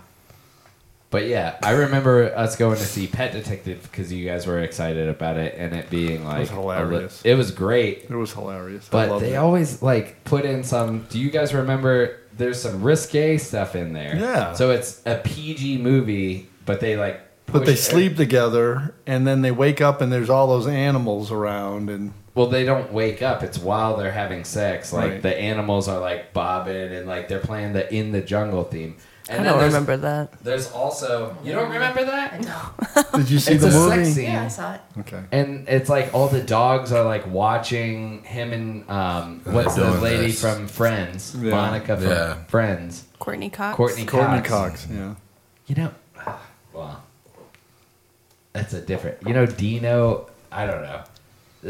S2: But yeah, I remember us going to see Pet Detective because you guys were excited about it and it being like
S4: was
S2: a
S4: hilarious.
S2: li- it was great,
S4: It was hilarious. I
S2: but
S4: loved
S2: they
S4: it.
S2: always like put in some. Do you guys remember? There's some risque stuff in there.
S4: Yeah.
S2: So it's a PG movie, but they like.
S4: but they
S2: push-
S4: sleep together, and then they wake up, and there's all those animals around, and
S2: Well, they don't wake up. It's while they're having sex. Like
S4: Right.
S2: the animals are like bobbing and like they're playing the in the jungle theme. And
S6: I
S2: then
S6: don't
S2: there's-
S6: remember that.
S2: There's also you don't remember that?
S4: did you see
S2: it's
S4: the
S2: a
S4: movie?
S2: sex scene.
S7: Yeah, I saw it.
S4: Okay.
S2: and it's like all the dogs are like watching him and um,
S5: And
S2: what's
S5: they're
S2: the
S5: doing
S2: lady
S5: this.
S2: from Friends,
S4: Yeah.
S2: Monica from
S5: Yeah.
S2: Friends,
S6: Courtney Cox.
S2: Courtney,
S4: Courtney
S2: Cox.
S4: Cox. Yeah.
S2: You know, well, that's a different. You know, Dino. I don't know.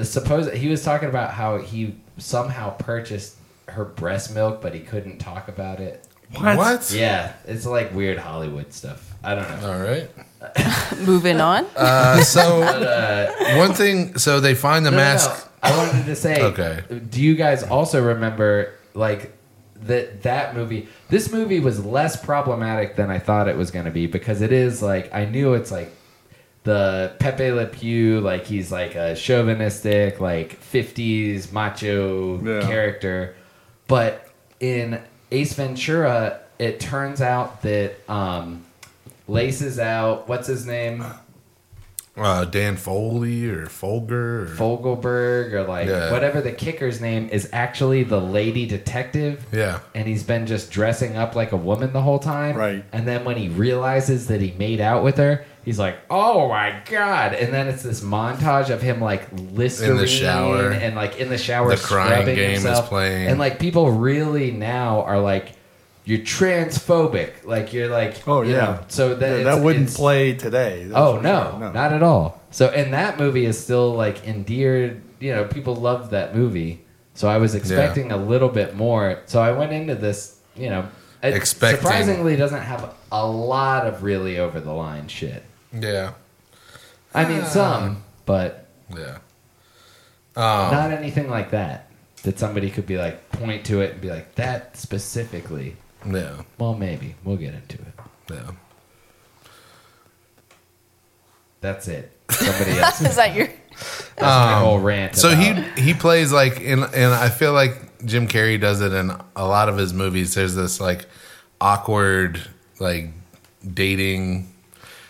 S2: Suppose he was talking about how he somehow purchased her breast milk, but he couldn't talk about it.
S5: What?
S2: Yeah, it's like weird Hollywood stuff. I don't know.
S5: All right.
S6: Moving on.
S5: Uh, so one thing. So they find the
S2: uh, No, no, no.
S5: mask.
S2: I wanted to say.
S5: Okay.
S2: Do you guys also remember like that that movie? This movie was less problematic than I thought it was going to be because it is like I knew it's like the Pepe Le Pew like he's like a chauvinistic like '50s macho
S4: Yeah.
S2: character, but in Ace Ventura, it turns out that um, laces out what's his name.
S5: Uh, Dan Foley or Folger. Or,
S2: Fogelberg or like
S5: Yeah.
S2: whatever the kicker's name is actually the lady detective.
S5: yeah.
S2: And he's been just dressing up like a woman the whole time.
S4: Right.
S2: And then when he realizes that he made out with her, he's like, "Oh my god!" And then it's this montage of him like listerine
S5: shower.
S2: and like in the shower,
S5: The crying
S2: scrubbing
S5: game is
S2: himself.
S5: playing.
S2: And like people really now are like, "You're transphobic." Like you're like,
S4: Oh,
S2: you
S4: yeah.
S2: know, so that
S4: Yeah,
S2: it's-
S4: that wouldn't
S2: it's-
S4: play today. That's
S2: Oh
S4: for
S2: no,
S4: sure.
S2: not at all. So, and that movie is still like endeared. You know, people loved that movie. So I was expecting a little bit more. So I went into this, you know, it
S5: Expecting.
S2: surprisingly doesn't have a lot of really over the line shit.
S5: Yeah.
S2: I
S5: Ah.
S2: mean, some, but
S5: Yeah. Oh.
S2: not anything like that. That somebody could be like point to it and be like that specifically.
S5: Yeah.
S2: Well, maybe we'll get into it.
S5: Yeah.
S2: That's it. Somebody else.
S6: Is that your?
S2: That's my whole rant.
S5: Um, So
S2: about-
S5: he he plays like in and I feel like Jim Carrey does it in a lot of his movies. There's this like awkward like dating.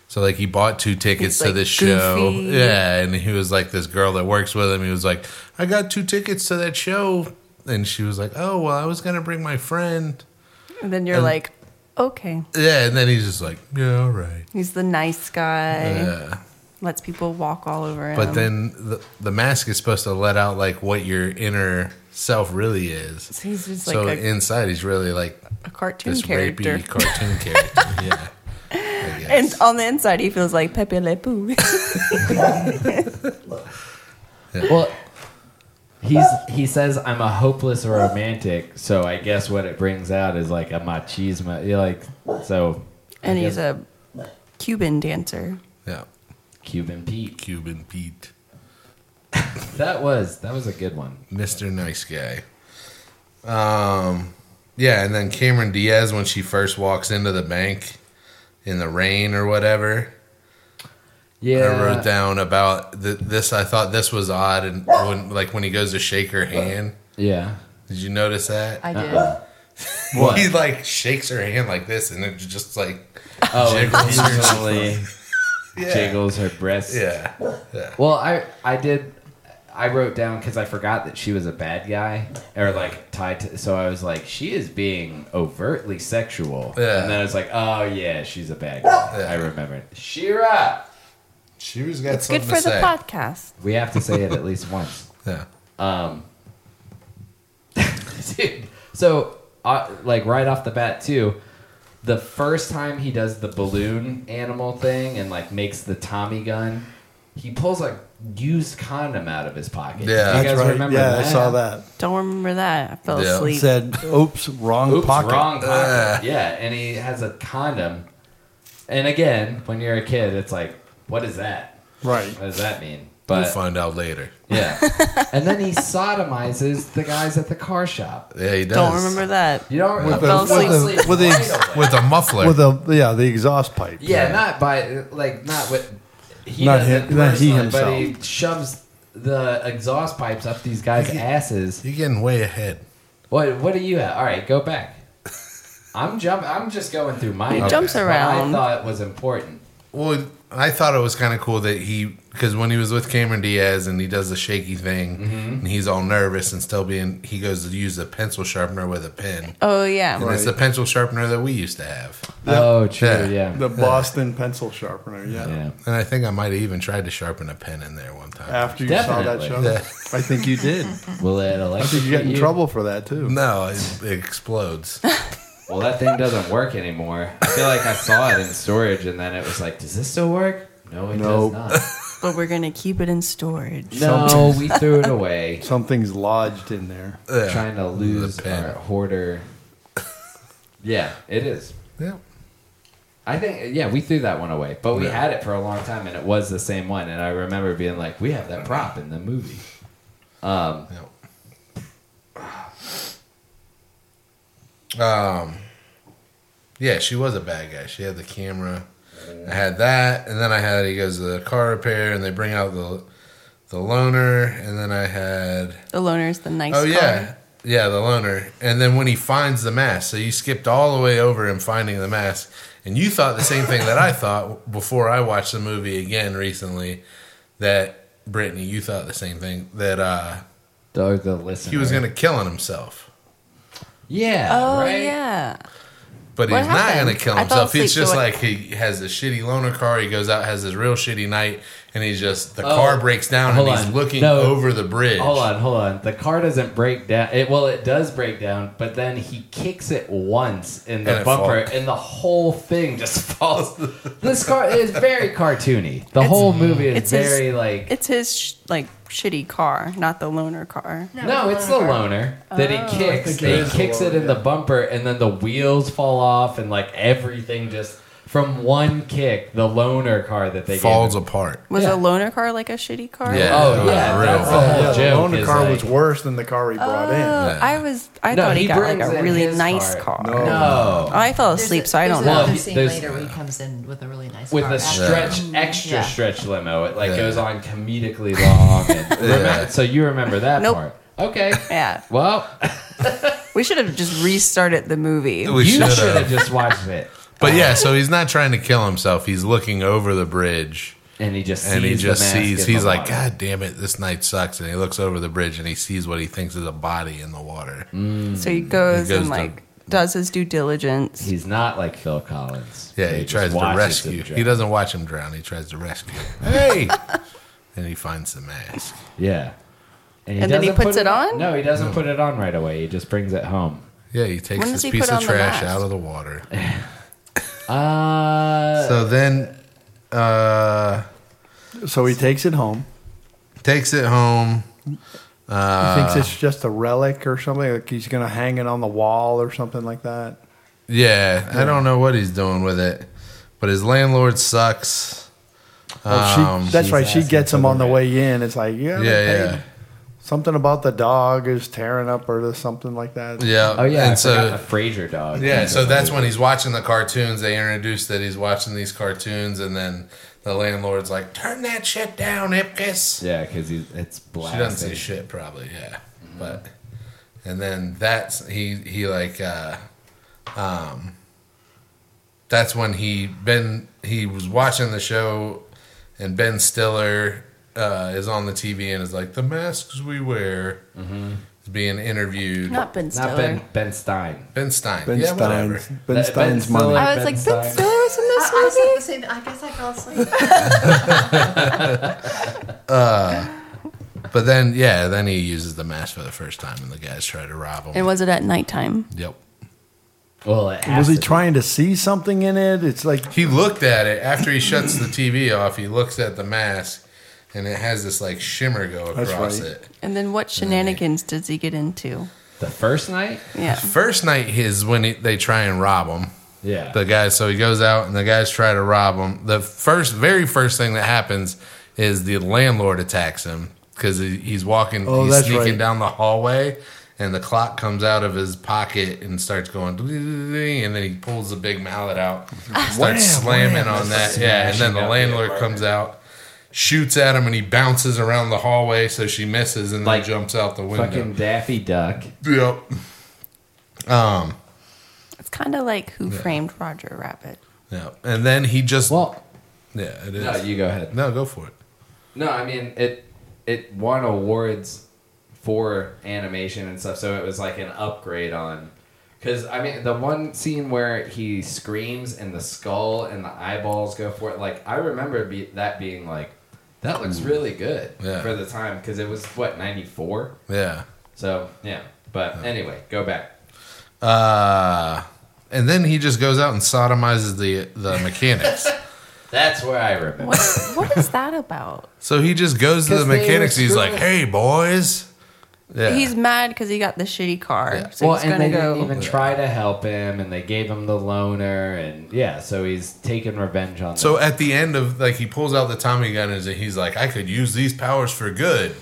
S5: So like he bought two tickets
S6: He's,
S5: to
S6: like,
S5: this show.
S6: goofy.
S5: Yeah, and he was like this girl that works with him. He was like, "I got two tickets to that show." And she was like, "Oh, well, I was going to bring my friend."
S6: And then you're like, okay,
S5: Yeah, and then he's just like, "Yeah, all right."
S6: he's the nice guy.
S5: Yeah.
S6: Lets people walk all over him.
S5: But then the, the mask is supposed to let out like what your inner self really is.
S6: So he's just like
S5: so
S6: a,
S5: inside, he's really like
S6: a cartoon
S5: this
S6: character.
S5: rapey cartoon character. Yeah. I guess.
S6: and on the inside, he feels like Pepe Le Pew.
S2: Well, he's he says I'm a hopeless romantic, so I guess what it brings out is like a machismo. You're like so
S6: and
S2: I
S6: he's
S2: guess-
S6: a Cuban dancer.
S5: yeah.
S2: Cuban Pete.
S5: Cuban Pete,
S2: That was that was a good one.
S5: Mr. Nice Guy. Um, yeah, and then Cameron Diaz when she first walks into the bank in the rain or whatever.
S2: Yeah,
S5: I wrote down about th- this. I thought this was odd, and when like when he goes to shake her hand,
S2: yeah.
S5: did you notice that?
S7: I did.
S5: Uh-huh.
S2: What?
S5: He like shakes her hand like this, and it's just like
S2: Oh, and
S5: Jiggles her-
S2: usually
S5: yeah,
S2: jiggles her breasts.
S5: yeah,
S2: Well, I I did I wrote down because I forgot that she was a bad guy or like tied to. So I was like, she is being overtly sexual.
S5: Yeah.
S2: And then I was like, oh yeah, she's a bad guy.
S5: Yeah.
S2: I remembered. Shira.
S5: She was got
S6: It's good
S5: something
S6: for
S5: to say.
S6: the podcast.
S2: We have to say it at least once.
S5: Yeah.
S2: Dude. So, uh, like, right off the bat, too, the first time he does the balloon animal thing and, like, makes the Tommy gun, He pulls a used condom out of his pocket.
S5: Yeah.
S2: you
S5: That's
S2: guys
S4: right.
S2: remember
S4: yeah,
S2: that?
S4: I saw that.
S6: Don't remember that. I fell
S4: It
S5: Yeah.
S6: asleep.
S4: said, "Oops, wrong
S2: Oops,
S4: pocket."
S2: wrong pocket.
S5: Ugh.
S2: Yeah, and he has a condom. And again, when you're a kid, it's like, what is that?
S4: Right.
S2: What does that mean?
S5: We'll
S2: But
S5: find out later.
S2: yeah, and then he sodomizes the guys at the car shop.
S5: Yeah, he does.
S6: Don't remember that.
S2: You don't
S4: With
S2: I fell
S6: the- with
S2: asleep
S4: the- with the-
S2: right away.
S5: With a muffler.
S4: With a yeah, the exhaust pipe.
S2: Yeah, not by like not with he
S4: Not
S2: doesn't
S4: him- not he
S2: personally, but he shoves the exhaust pipes up these guys' asses.
S5: You're getting way ahead.
S2: What what are you at? All right, go back. I'm jump. I'm just going through mine.
S6: He jumps
S2: What
S6: around.
S2: I thought was important.
S5: Well, I thought it was kind of cool that he, because when he was with Cameron Diaz and he does the shaky thing
S2: Mm-hmm.
S5: and he's all nervous and still being, he goes to use a pencil sharpener with a pen.
S6: Oh yeah.
S5: And it's the pencil sharpener that we used to have.
S2: Oh, true.
S5: Yeah.
S2: Yeah.
S4: The Boston pencil sharpener. Yeah.
S2: yeah.
S5: And I think I might have even tried to sharpen a pen in there one time.
S4: After you saw
S2: Definitely.
S4: that show, I think you did.
S2: Will it
S4: I think
S2: electrocute
S4: you got in trouble for that too.
S5: No, it, it explodes.
S2: Well, that thing doesn't work anymore. I feel like I saw it in storage, and then it was like, "Does this still work?" No, it
S4: Nope.
S2: does
S6: But we're gonna keep it in storage.
S2: not. No, we threw it away.
S4: Something's lodged in there.
S5: Yeah.
S2: Trying to lose
S5: pen.
S2: our hoarder. Yeah, it is.
S5: Yeah.
S2: I think yeah, we threw that one away, but we
S5: Yeah.
S2: had it for a long time, and it was the same one. And I remember being like, "We have that prop in the movie."
S5: Yeah. Um, yeah, she was a bad guy. She had the camera. I had that, and then I had he goes to the car repair, and they bring out the the loner, and then I had
S6: The loner is the nice.
S5: oh yeah,
S6: car.
S5: yeah, the loner, and then when he finds the mask, so you skipped all the way over him finding the mask, and you thought the same thing that I thought before I watched the movie again recently. That Brittany, you thought the same thing that uh,
S2: The, the listener.
S5: he was going to kill himself.
S2: Yeah.
S6: Oh
S2: right?
S6: yeah.
S5: But
S6: What
S5: he's not
S6: happened?
S5: going to kill
S6: I fell
S5: himself. He's
S6: asleep,
S5: just
S6: so I-
S5: like he has this shitty loaner car. He goes out, has this real shitty night, and he's just the car breaks down and
S2: Oh, Hold
S5: he's
S2: on.
S5: looking
S2: No.
S5: over the bridge.
S2: Hold on, hold on. The car doesn't break down. It, well, it does break down, but then he kicks it once in the
S5: And it
S2: bumper,
S5: falls.
S2: and the whole thing just falls. this car is very cartoony. The whole movie is
S6: it's his-
S2: very like.
S6: It's his sh- like shitty car, not the loner car.
S2: no, it's the loner that he kicks.
S4: think it
S2: That
S4: is
S2: he
S4: the
S2: kicks it
S4: loner,
S2: in the bumper, and then the wheels fall off, and like everything just from one kick. The loner car that they
S5: Falls
S2: Gave him.
S5: apart.
S6: Was
S2: Yeah.
S6: a loner car like a shitty car?
S5: Yeah.
S2: Oh yeah,
S5: Real
S2: that's the
S5: bad.
S2: whole
S4: Yeah, the
S2: joke.
S4: loaner
S2: is,
S4: car
S2: like-
S4: was worse than the car he brought in.
S6: Oh, I was. I
S2: No,
S6: thought he,
S2: he
S6: got like
S2: brings
S6: a
S2: in
S6: really
S2: his
S6: nice
S2: car.
S6: car. Oh,
S2: no.
S6: I fell asleep, so I don't
S2: Well, he-
S6: know.
S7: There's another
S2: there's-
S7: scene later where he comes in with a really nice
S2: with
S7: car.
S2: a
S7: After-
S2: stretch,
S3: Mm,
S2: extra
S7: Yeah.
S2: stretch limo. It like
S5: Yeah.
S2: goes on comedically long. And remember- so you remember that
S6: Nope.
S2: part? Okay.
S6: Yeah,
S2: Well,
S6: we should have just restarted the movie.
S5: We
S2: you
S5: should
S2: should have
S5: have.
S2: just watched it.
S5: But yeah, so he's not trying to kill himself. He's looking over the bridge
S2: And he just sees
S5: and he
S2: the
S5: just
S2: mask
S5: sees.
S2: in the
S5: He's like,
S2: water.
S5: God damn it, this night sucks. And he looks over the bridge and he sees what he thinks is a body in the water.
S2: Mm.
S6: So he goes,
S5: He goes
S6: and
S5: to-
S6: like does his due diligence.
S2: He's not like Phil Collins.
S5: Yeah, he,
S2: just
S5: tries to
S2: watches
S5: rescue.
S2: him drown.
S5: He doesn't watch him drown. He tries to rescue. hey! And he finds the mask.
S2: Yeah. he
S6: And then he
S2: doesn't put
S6: puts it on?
S2: No, he doesn't put it on right away. He just brings it home.
S5: Yeah, he takes
S6: When
S5: this
S6: does he
S5: piece
S6: put
S5: of
S6: on the
S5: trash
S6: mask?
S5: out of the water.
S2: Uh,
S5: So then, uh,
S4: So he takes it home.
S5: takes it home.
S4: He thinks it's just a relic or something. Like he's going to hang it on the wall or something like that.
S5: Yeah, I don't know what he's doing with it, but his landlord sucks.
S2: Oh,
S5: Um,
S4: Well, she, that's
S2: she's
S4: right. She
S2: asking
S4: gets
S2: for
S4: him
S2: the
S4: on the
S2: rent.
S4: way in. It's like, Um, yeah,
S5: Yeah,
S4: they
S5: yeah,
S4: paid- something about the dog is tearing up or something like that.
S5: yeah.
S2: oh yeah, I
S5: and
S2: forgot the
S5: so
S2: Fraser dog.
S5: yeah, so that's when he's watching the cartoons. They introduce that he's watching these cartoons, and then the landlord's like, "Turn that shit down, Ipkiss."
S2: yeah, because it's
S5: She
S2: black.
S5: doesn't say shit, probably. Yeah, but and then that's he he like uh um that's when he Ben he was watching the show and Ben Stiller uh is on the TV and is like the masks we wear is being interviewed.
S6: Not Ben Stiller.
S2: Not Ben Ben Stein.
S5: Ben Stein.
S4: Ben
S5: yeah, whatever.
S4: Stein's, ben
S2: That-
S4: Stein's
S2: Ben
S4: money.
S2: Stiller-
S6: I was
S2: Ben
S6: like,
S2: Stein.
S6: Ben Stiller was in
S7: Oh, I,
S6: this
S7: I said
S6: movie.
S7: the same. I guess I fell asleep.
S5: But then yeah, then he uses the mask for the first time and the guys try to rob him.
S6: And was it at nighttime?
S5: yep.
S2: Well, it has
S4: Was he
S2: to be.
S4: trying to see something in it? It's like
S5: He looked at it after he shuts the TV off. He looks at the mask and it has this like shimmer go
S4: That's
S5: across
S4: right.
S5: it.
S6: And then what shenanigans does he get into?
S2: The first night?
S6: Yeah.
S5: First night is when he, they try and rob him.
S2: Yeah.
S5: The guy, so he goes out and the guys try to rob him. The first, very first thing that happens is the landlord attacks him because he, he's walking,
S4: Oh,
S5: he's
S4: that's
S5: sneaking
S4: right.
S5: down the hallway, and the clock comes out of his pocket and starts going, and then he pulls the big mallet out, and starts slamming on that. Yeah, and then the landlord comes out, shoots at him, and he bounces around the hallway so she misses and
S2: Like
S5: then jumps out the window.
S2: Fucking Daffy Duck.
S5: yep. Um,
S6: It's kind of like Who Framed Roger Rabbit.
S5: Yeah, and then he just
S2: Well,
S5: yeah, it is.
S2: no, you go ahead.
S5: No, go for it.
S2: No, I mean it. It won awards for animation and stuff, so it was like an upgrade on. Because I mean, the one scene where he screams and the skull and the eyeballs go for it, like I remember be, that being like, that looks really good
S5: Yeah.
S2: for the time because it was what ninety four.
S5: Yeah.
S2: So yeah, but anyway, go back.
S5: Uh, and then he just goes out and sodomizes the the mechanics.
S2: That's where I remember.
S6: What, what is that about?
S5: so he just goes to the
S2: 'Cause they were
S5: mechanics. He's like, "Hey, boys." Yeah.
S6: He's mad because he got the shitty car. So
S2: well,
S6: he's
S2: and they
S6: going to go.
S2: didn't even try to help him, and they gave him the loner, and yeah, so he's taking revenge on.
S5: so
S2: them.
S5: at the end of like he pulls out the Tommy gun and he's like, "I could use these powers for good.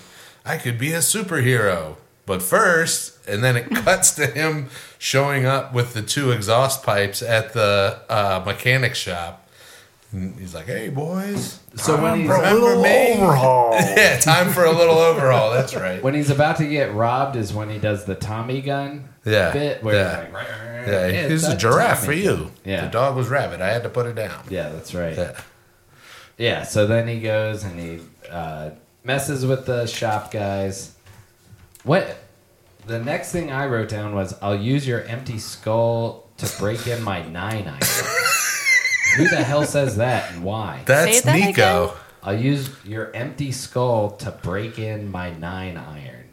S5: I could be a superhero." But first, and then it cuts to him showing up with the two exhaust pipes at the uh, mechanic shop. And he's like, "Hey, boys."
S2: so when he's
S5: Remember me?
S4: Overhaul.
S5: Yeah, time for a little overhaul. That's right.
S2: when he's about to get robbed is when he does the Tommy gun
S5: Yeah,
S2: bit where
S5: yeah.
S2: he's like, "Rrrr,
S5: Yeah,
S2: it's
S5: here's a giraffe
S2: Tommy
S5: for
S2: gun."
S5: you.
S2: Yeah.
S5: The dog was rabbit. I had to put it down.
S2: Yeah, that's right. Yeah.
S5: Yeah.
S2: so then he goes and he uh, messes with the shop guys. What the next thing I wrote down was I'll use your empty skull to break in my nine iron. Who the hell says that and why?
S5: That's
S6: that
S5: Nico.
S6: again?
S2: I'll use your empty skull to break in my nine iron.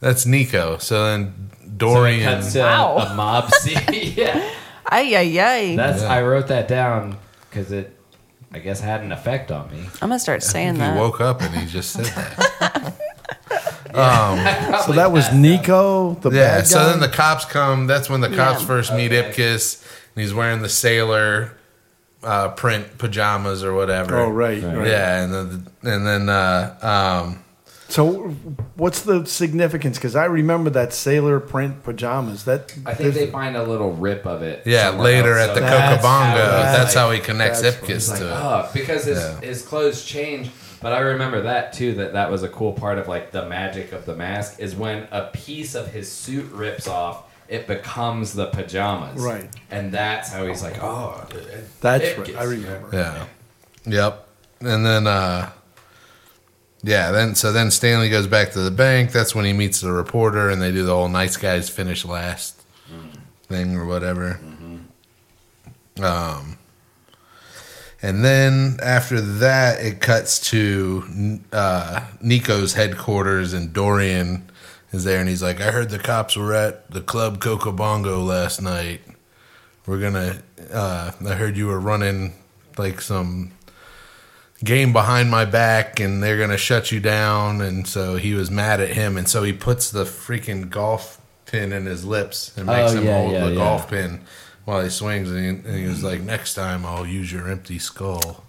S5: That's Nico. So then
S2: So it
S5: Dorian.
S2: cuts to
S6: Wow.
S2: a mob scene. yeah.
S6: Ay, ay, ay.
S2: That's
S5: Yeah.
S2: I wrote that down because it, I guess, had an effect on me.
S6: I'm going to start saying
S5: he
S6: that.
S5: woke up and he just said that.
S4: So that was Nico, the
S5: yeah.
S4: bad
S5: So
S4: guy?
S5: then the cops come. That's when the cops
S6: Yeah.
S5: first meet Ipkiss, and he's wearing the sailor uh, print pajamas or whatever.
S4: oh, right, right.
S5: Yeah, and then and then uh, um,
S4: So what's the significance? Because I remember that sailor print pajamas. That
S2: I think they find a little rip of it.
S5: yeah
S2: somewhere
S5: later
S2: else, so
S5: at the
S2: that's
S5: Cocobongo.
S2: how-
S5: That's
S2: like-
S5: how he connects
S4: that's-
S5: Ipkiss
S2: It's like,
S5: to it.
S2: oh, because his
S5: Yeah.
S2: his clothes change. But I remember that too. That that was a cool part of like the magic of the mask is when a piece of his suit rips off, it becomes the pajamas.
S4: Right.
S2: And that's how he's like, oh,
S4: that's
S2: It
S4: right.
S2: gets-
S4: I remember.
S5: Yeah. Yep. And then uh yeah, then so then Stanley goes back to the bank. That's when he meets the reporter and they do the whole nice guys finish last thing or whatever. Um and then after that it cuts to uh Nico's headquarters and Dorian is there and he's like, "I heard the cops were at the club Cocobongo last night." we're gonna uh i heard you were running like some game behind my back and they're gonna shut you down and so he was mad at him and so he puts the freaking golf pin in his lips and makes
S2: Oh,
S5: him
S2: yeah,
S5: hold
S2: yeah,
S5: the
S2: yeah.
S5: golf pin while he swings and he, and he was like next time i'll use your empty skull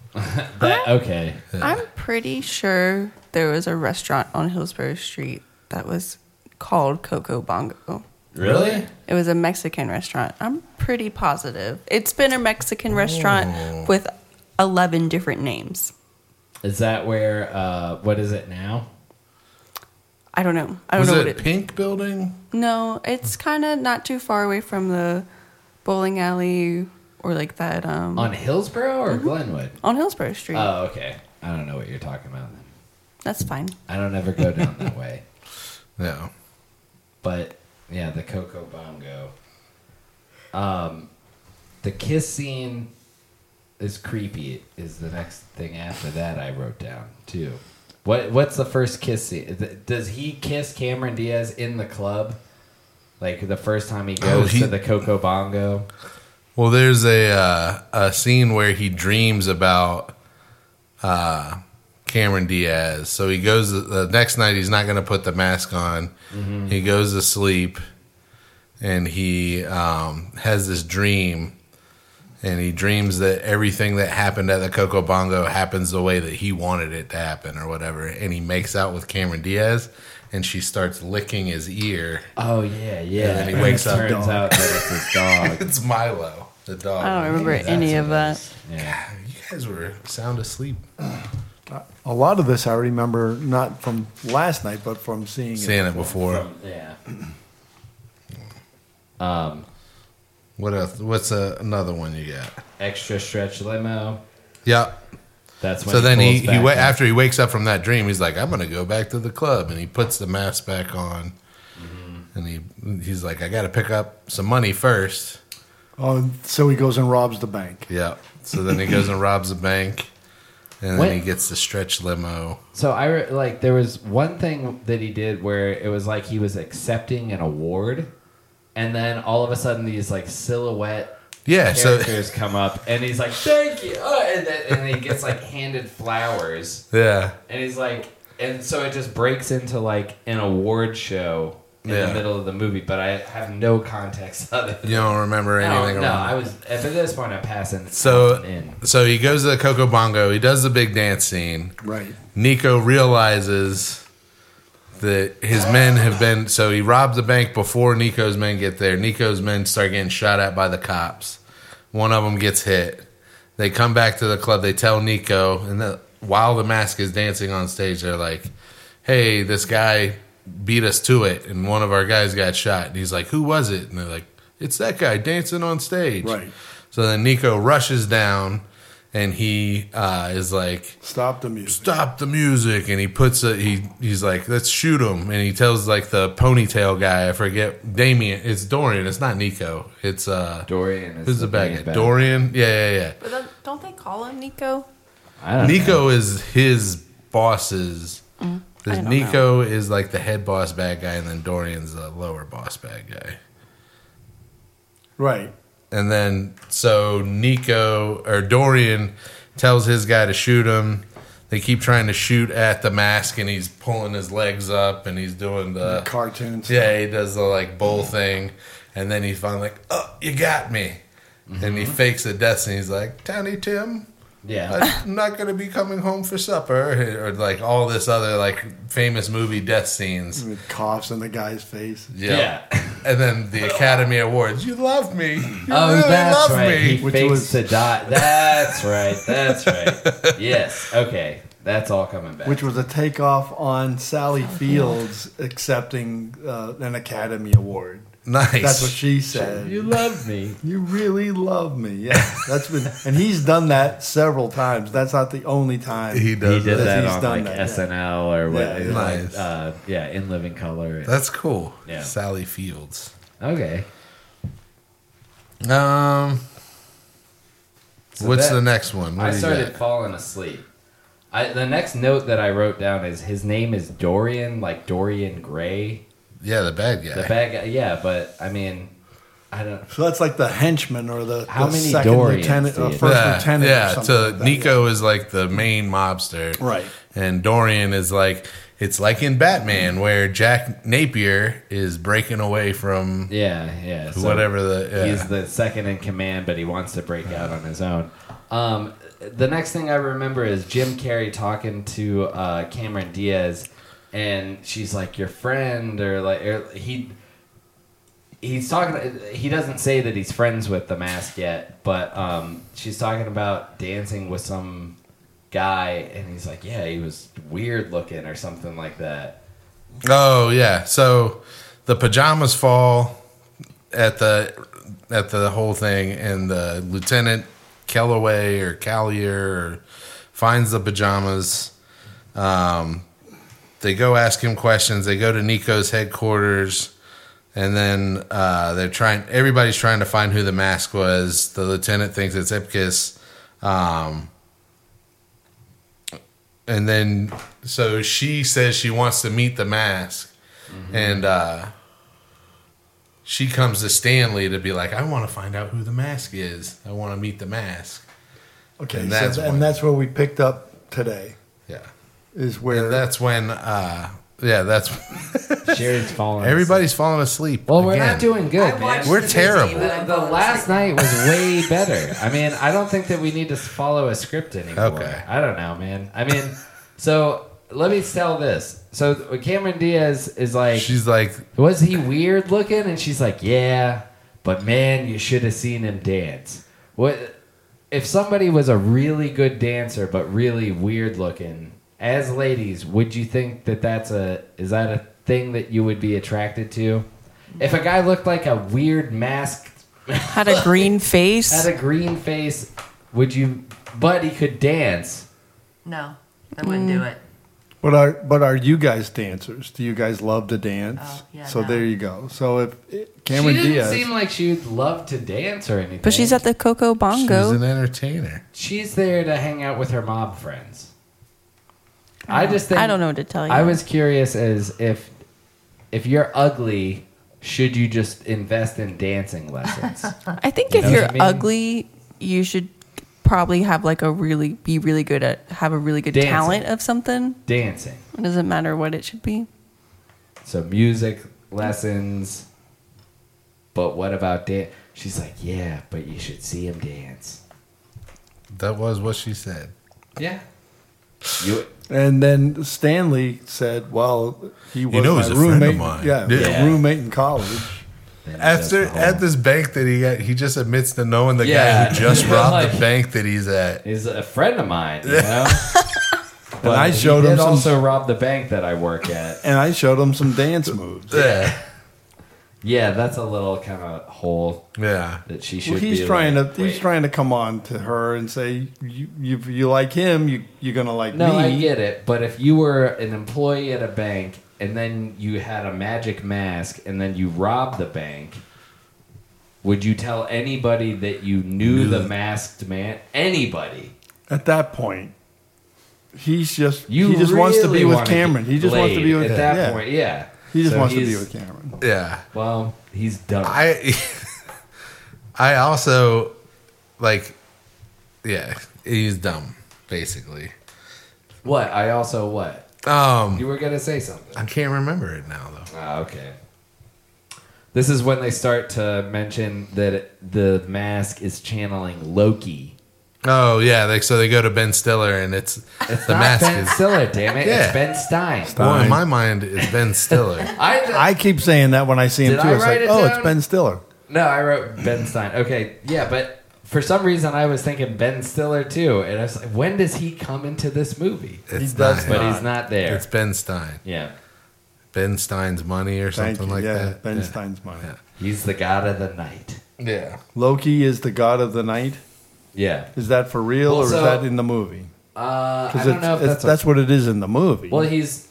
S2: that, okay.
S6: I'm pretty sure there was a restaurant on Hillsborough Street that was called Coco Bongo.
S2: Really?
S6: It was a Mexican restaurant. I'm pretty positive. It's been a Mexican
S5: Oh.
S6: restaurant with 11 different names.
S2: Is that where? Uh, what is it now?
S6: I don't know. I don't
S5: was
S6: know
S5: it,
S6: what it
S5: pink building
S6: No, it's kind of not too far away from the bowling alley or like that um
S2: On Hillsborough or Glenwood?
S6: on Hillsborough Street.
S2: Oh, okay. I don't know what you're talking about. Then.
S6: That's fine.
S2: I don't ever go down that way.
S5: no
S2: But yeah, the Coco Bongo. Um, the kiss scene is creepy. Is the next thing after that I wrote down too. What What's the first kiss scene? Th- Does he kiss Cameron Diaz in the club? Like the first time he
S5: Oh,
S2: goes
S5: he-
S2: to the Coco Bongo.
S5: Well, there's a uh, a scene where he dreams about uh, Cameron Diaz. So he goes uh, the next night. He's not going to put the mask on. He goes to sleep, and he um, has this dream, and he dreams that everything that happened at the Coco Bongo happens the way that he wanted it to happen, or whatever. And he makes out with Cameron Diaz, and she starts licking his ear.
S2: Oh yeah, yeah.
S5: And then he wakes up.
S2: Turns
S5: Dog.
S2: out that it's his dog.
S5: It's Milo, the dog.
S6: I don't remember any of that.
S2: Yeah.
S5: You guys were sound asleep.
S4: A lot of this I remember not from last night, but from seeing it.
S5: Seeing it before.
S2: Yeah.
S5: What else? What's uh, another one you got?
S2: Extra stretch limo.
S5: Yep.
S2: That's when
S5: So then he,
S2: pulls
S5: he
S2: back
S5: wa-
S2: in.
S5: after he wakes up from that dream, he's like, I'm gonna go back to the club, and he puts the mask back on,
S2: Mm-hmm.
S5: and he he's like, I got to pick up some money first.
S4: Oh, so he goes and robs the bank.
S5: Yep. So then he goes and robs a bank, and
S2: What-
S5: then he gets the stretch limo.
S2: So I re- like there was one thing that he did where it was like he was accepting an award, and then all of a sudden these like silhouette
S5: Yeah. So
S2: characters come up, and he's like, "Thank you," oh, and then and he gets like handed flowers,
S5: yeah,
S2: and he's like, and so it just breaks into like an award show in
S5: Yeah.
S2: the middle of the movie, but I have no context of it.
S5: you don't remember
S2: No,
S5: anything.
S2: no,
S5: around
S2: I was at this point I'm passing.
S5: So
S2: in.
S5: so he goes to the Coco Bongo. He does the big dance scene.
S4: Right.
S5: Nico realizes that his men have been so he robbed the bank before Nico's men get there. Nico's men start getting shot at by the cops. One of them gets hit. They come back to the club. They tell Nico, and the, while the mask is dancing on stage, they're like, "Hey, this guy beat us to it, and one of our guys got shot." And he's like, "Who was it?" And they're like, "It's that guy dancing on stage."
S4: Right.
S5: So then Nico rushes down, and he uh, is like,
S4: Stop the music.
S5: stop the music and he puts a he he's like let's shoot him and he tells like the ponytail guy i forget damien it's dorian it's not nico it's uh
S2: Dorian is
S5: who's the
S2: main
S5: bad guy
S2: bad-
S5: dorian yeah yeah
S6: But then- don't they call him Nico?
S2: I
S5: yeah
S2: don't know.
S5: nico is his boss's
S6: Mm, I don't
S5: nico is like the head boss bad guy and then dorian's the lower boss bad guy
S4: Right.
S5: And then so Nico or Dorian tells his guy to shoot him. They keep trying to shoot at the mask, and he's pulling his legs up, and he's doing the,
S4: Cartoons.
S5: Yeah, he does the like bull thing, and then he's finally like, "Oh, you got me!" And
S2: Mm-hmm.
S5: he fakes a death, and he's like, "Tiny Tim,
S2: Yeah.
S5: I'm not gonna be coming home for supper," or like all this other like famous movie death
S2: Mm.
S5: scenes.
S4: With coughs in the guy's face.
S2: Yeah.
S5: And then the Academy Awards. You love me. You
S2: Oh,
S5: really
S2: that's
S5: love
S2: right.
S5: me.
S2: He
S4: Which
S2: fakes
S4: was-
S2: the dot. That's right. That's right. yes. Okay. That's all coming back.
S4: Which was a takeoff on Sally Fields accepting uh, an Academy Award.
S5: Nice.
S4: That's what she said.
S2: you love me.
S4: You really love me. Yeah. That's been and he's done that several times. That's not the only time.
S5: He
S2: He
S5: does.
S2: did
S5: that.
S2: that
S4: He's
S2: on
S4: done
S2: like
S4: that, yeah.
S2: SNL or what?
S4: Yeah, yeah.
S2: like,
S5: Nice.
S2: uh, yeah, in living color. and-
S5: That's cool.
S2: Yeah.
S5: Sally Fields.
S2: okay.
S5: Um,
S2: So
S5: what's
S2: that-
S5: the next one? What
S2: I
S5: do you
S2: started
S5: got?
S2: falling asleep. I, the next note that I wrote down is his name is Dorian, like Dorian Gray.
S5: Yeah, the bad guy.
S2: The bad guy. Yeah, but I mean, I don't.
S4: So that's like the henchman or the,
S2: How
S4: the
S2: many
S4: second
S2: Dorians
S4: lieutenant
S2: do
S4: or
S2: you-
S4: first
S5: yeah,
S4: lieutenant.
S5: yeah.
S4: or something
S5: so
S4: like that.
S5: Nico is like the main mobster,
S4: Right.
S5: And Dorian is like it's like in Batman where Jack Napier is breaking away from
S2: Yeah, yeah. so-
S5: whatever the yeah.
S2: He's the second in command, but he wants to break out on his own. Um, the next thing I remember is Jim Carrey talking to uh, Cameron Diaz, and she's like, "Your friend," or like or he. He's talking. He doesn't say that he's friends with the mask yet, but um, she's talking about dancing with some guy, and he's like, "Yeah, he was weird looking or something like that."
S5: Oh yeah. So the pajamas fall at the at the whole thing, and the lieutenant Kellaway or Callier finds the pajamas. Um, they go ask him questions. They go to Nico's headquarters, and then uh, they're trying. Everybody's trying to find who the mask was. The lieutenant thinks it's Ipkiss. Um, and then so she says she wants to meet the mask
S2: Mm-hmm.
S5: and uh she comes to stanley to be like i want to find out who the mask is i want to meet the mask
S4: Okay,
S5: And
S4: so
S5: that's
S4: th-
S5: one.
S4: and that's where we picked up today.
S5: yeah
S4: is where
S5: And that's when, uh, yeah, that's
S2: Sherry's falling.
S5: everybody's falling asleep.
S2: Well, we're
S5: again.
S2: not doing good,
S3: I
S2: man.
S3: watched
S5: We're
S3: the Disney,
S5: terrible.
S3: but I'm
S2: The
S3: falling
S2: last
S3: asleep.
S2: night was way better. I mean, I don't think that we need to follow a script anymore.
S5: Okay.
S2: I don't know, man. I mean, so let me tell this. So Cameron Diaz is like,
S5: She's like,
S2: was he weird looking? And she's like, yeah, but man, you should have seen him dance. What if somebody was a really good dancer but really weird looking? As ladies, would you think that that's a is that a thing that you would be attracted to? If a guy looked like a weird masked
S6: Had a green face.
S2: had a green face, would you? But he could dance.
S3: No, I wouldn't
S2: Mm.
S3: do it.
S4: But are but are you guys dancers? Do you guys love to dance?
S3: Oh, yeah,
S4: so
S3: no.
S4: there you go. So if it- Cameron
S2: she didn't
S4: Diaz,
S2: seem like she'd love to dance or anything.
S6: but she's at the Coco
S5: she's an
S6: Bongo.
S5: entertainer.
S2: she's there to hang out with her mob friends. I just think
S6: Oh, I don't know what to tell you.
S2: I was curious as if if you're ugly, should you just invest in dancing lessons?
S6: I think
S2: You
S6: if
S2: know what
S6: you're
S2: I mean?
S6: ugly, you should probably have like a really be really good at have a really good
S2: Dancing.
S6: talent of something.
S2: dancing,
S6: It doesn't matter what it should be.
S2: so music lessons. But what about dance? She's like, yeah, but you should see him dance.
S5: That was what she said.
S2: Yeah. You,
S4: and then Stanley said, "Well, he was
S5: know
S4: my
S5: he's a friend of
S4: roommate.
S5: mine.
S4: Yeah,
S5: Yeah.
S2: Yeah.
S4: roommate in college.
S5: After at
S2: the
S5: this bank that he got, he just admits to knowing the guy
S2: Yeah.
S5: who just
S2: Yeah,
S5: robbed the
S2: like-
S5: bank that he's at.
S2: is a friend of mine, you know. but
S4: I
S2: he
S4: showed
S2: did
S4: him some-
S2: also robbed the bank that I work at.
S4: And I showed him some dance moves.
S5: Yeah,
S2: Yeah, that's a little kind of hole
S5: yeah.
S2: that she should.
S4: Well, he's
S2: be
S4: trying
S2: like,
S4: to
S2: wait.
S4: he's trying to come on to her and say, you you, you like him, you you're gonna like
S2: No,
S4: me.
S2: I get it, but if you were an employee at a bank and then you had a magic mask and then you robbed the bank, would you tell anybody that you knew the masked man? Anybody?
S4: At that point, he's just
S2: You
S4: he just wants to be
S2: really
S4: with
S2: wanna
S4: Cameron.
S2: get
S4: He just wants to
S2: laid
S4: be with
S2: at that
S4: yeah.
S2: point. Yeah,
S4: He just
S2: So
S4: wants to be
S2: he's-
S4: with Cameron.
S5: Yeah.
S2: Well, he's done.
S5: I I also like yeah, he's dumb basically.
S2: what? I also what?
S5: Um
S2: You were gonna say something.
S5: I can't remember it now though.
S2: Ah, okay. This is when they start to mention that the mask is channeling Loki.
S5: Oh yeah, like so they go to Ben Stiller and it's,
S2: It's
S5: the
S2: not
S5: mask
S2: Ben
S5: is
S2: Stiller, damn it!
S5: Yeah.
S2: It's Ben Stein.
S5: well in my mind it's Ben Stiller.
S2: I,
S4: I keep saying that when I see him
S2: Did
S4: too.
S2: I
S4: it's
S2: write
S4: like,
S2: it
S4: oh,
S2: down?
S4: it's Ben Stiller.
S2: no, I wrote Ben Stein. Okay, yeah, but for some reason I was thinking Ben Stiller too, and I was like, when does he come into this movie?
S5: It's not,
S4: does
S5: him.
S2: But he's not there.
S5: it's Ben Stein.
S2: Yeah,
S5: Ben Stein's money or
S4: Thank
S5: something
S4: you.
S5: like
S4: yeah,
S5: that.
S4: Ben
S5: yeah.
S4: Stein's money.
S2: he's the god of the night.
S5: Yeah.
S4: Loki is the god of the night.
S2: Yeah,
S4: Is that for real
S2: Well,
S4: or
S2: so-
S4: is that in the movie?
S2: uh, I
S4: Because
S2: don't know if that's,
S4: that's, what it is in the movie.
S2: Well, he's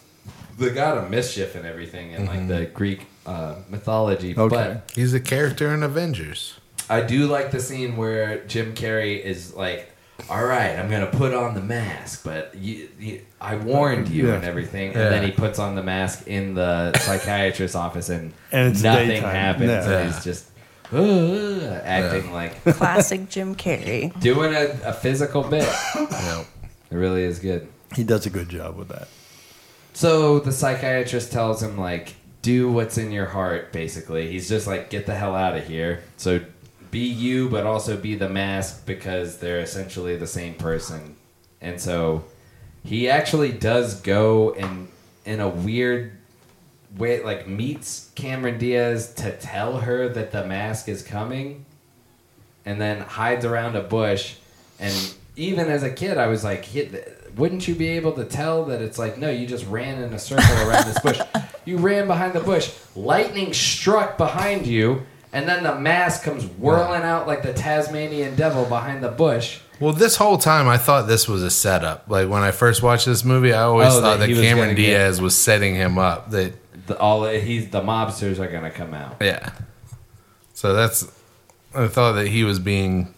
S2: the god of mischief and everything in like the Greek uh, mythology.
S4: Mm-hmm. Okay.
S2: But
S5: He's a character in Avengers.
S2: I do like the scene where Jim Carrey is like, "All right, I'm gonna put on the mask, but you, you, I warned you
S4: Yeah.
S2: and everything." And
S5: Yeah.
S2: then he puts on the mask in the psychiatrist's office, and,
S4: And it's
S2: nothing
S4: daytime.
S2: happens.
S4: Yeah.
S2: And he's just "Ugh," acting like
S6: Classic Jim Carrey.
S2: doing a, a physical bit.
S5: Yep.
S2: It really is good.
S4: he does a good job with that.
S2: So the psychiatrist tells him like, do what's in your heart. Basically, he's just like, get the hell out of here. So be you, but also be the mask because they're essentially the same person. And so he actually does go and in a weird way, like meets Cameron Diaz to tell her that the mask is coming, and then hides around a bush. And even as a kid, I was like, "Hit- wouldn't you be able to tell that it's like, no, you just ran in a circle around this bush? You ran behind the bush, lightning struck behind you, and then the mask comes whirling out like the Tasmanian devil behind the bush.
S5: Well, this whole time I thought this was a setup. Like when I first watched this movie, I always
S2: Oh, that
S5: thought that,
S2: he was
S5: Cameron
S2: gonna get-
S5: Diaz was setting him up. That
S2: The, all he's the mobsters are gonna come out.
S5: yeah. So that's I thought that he was being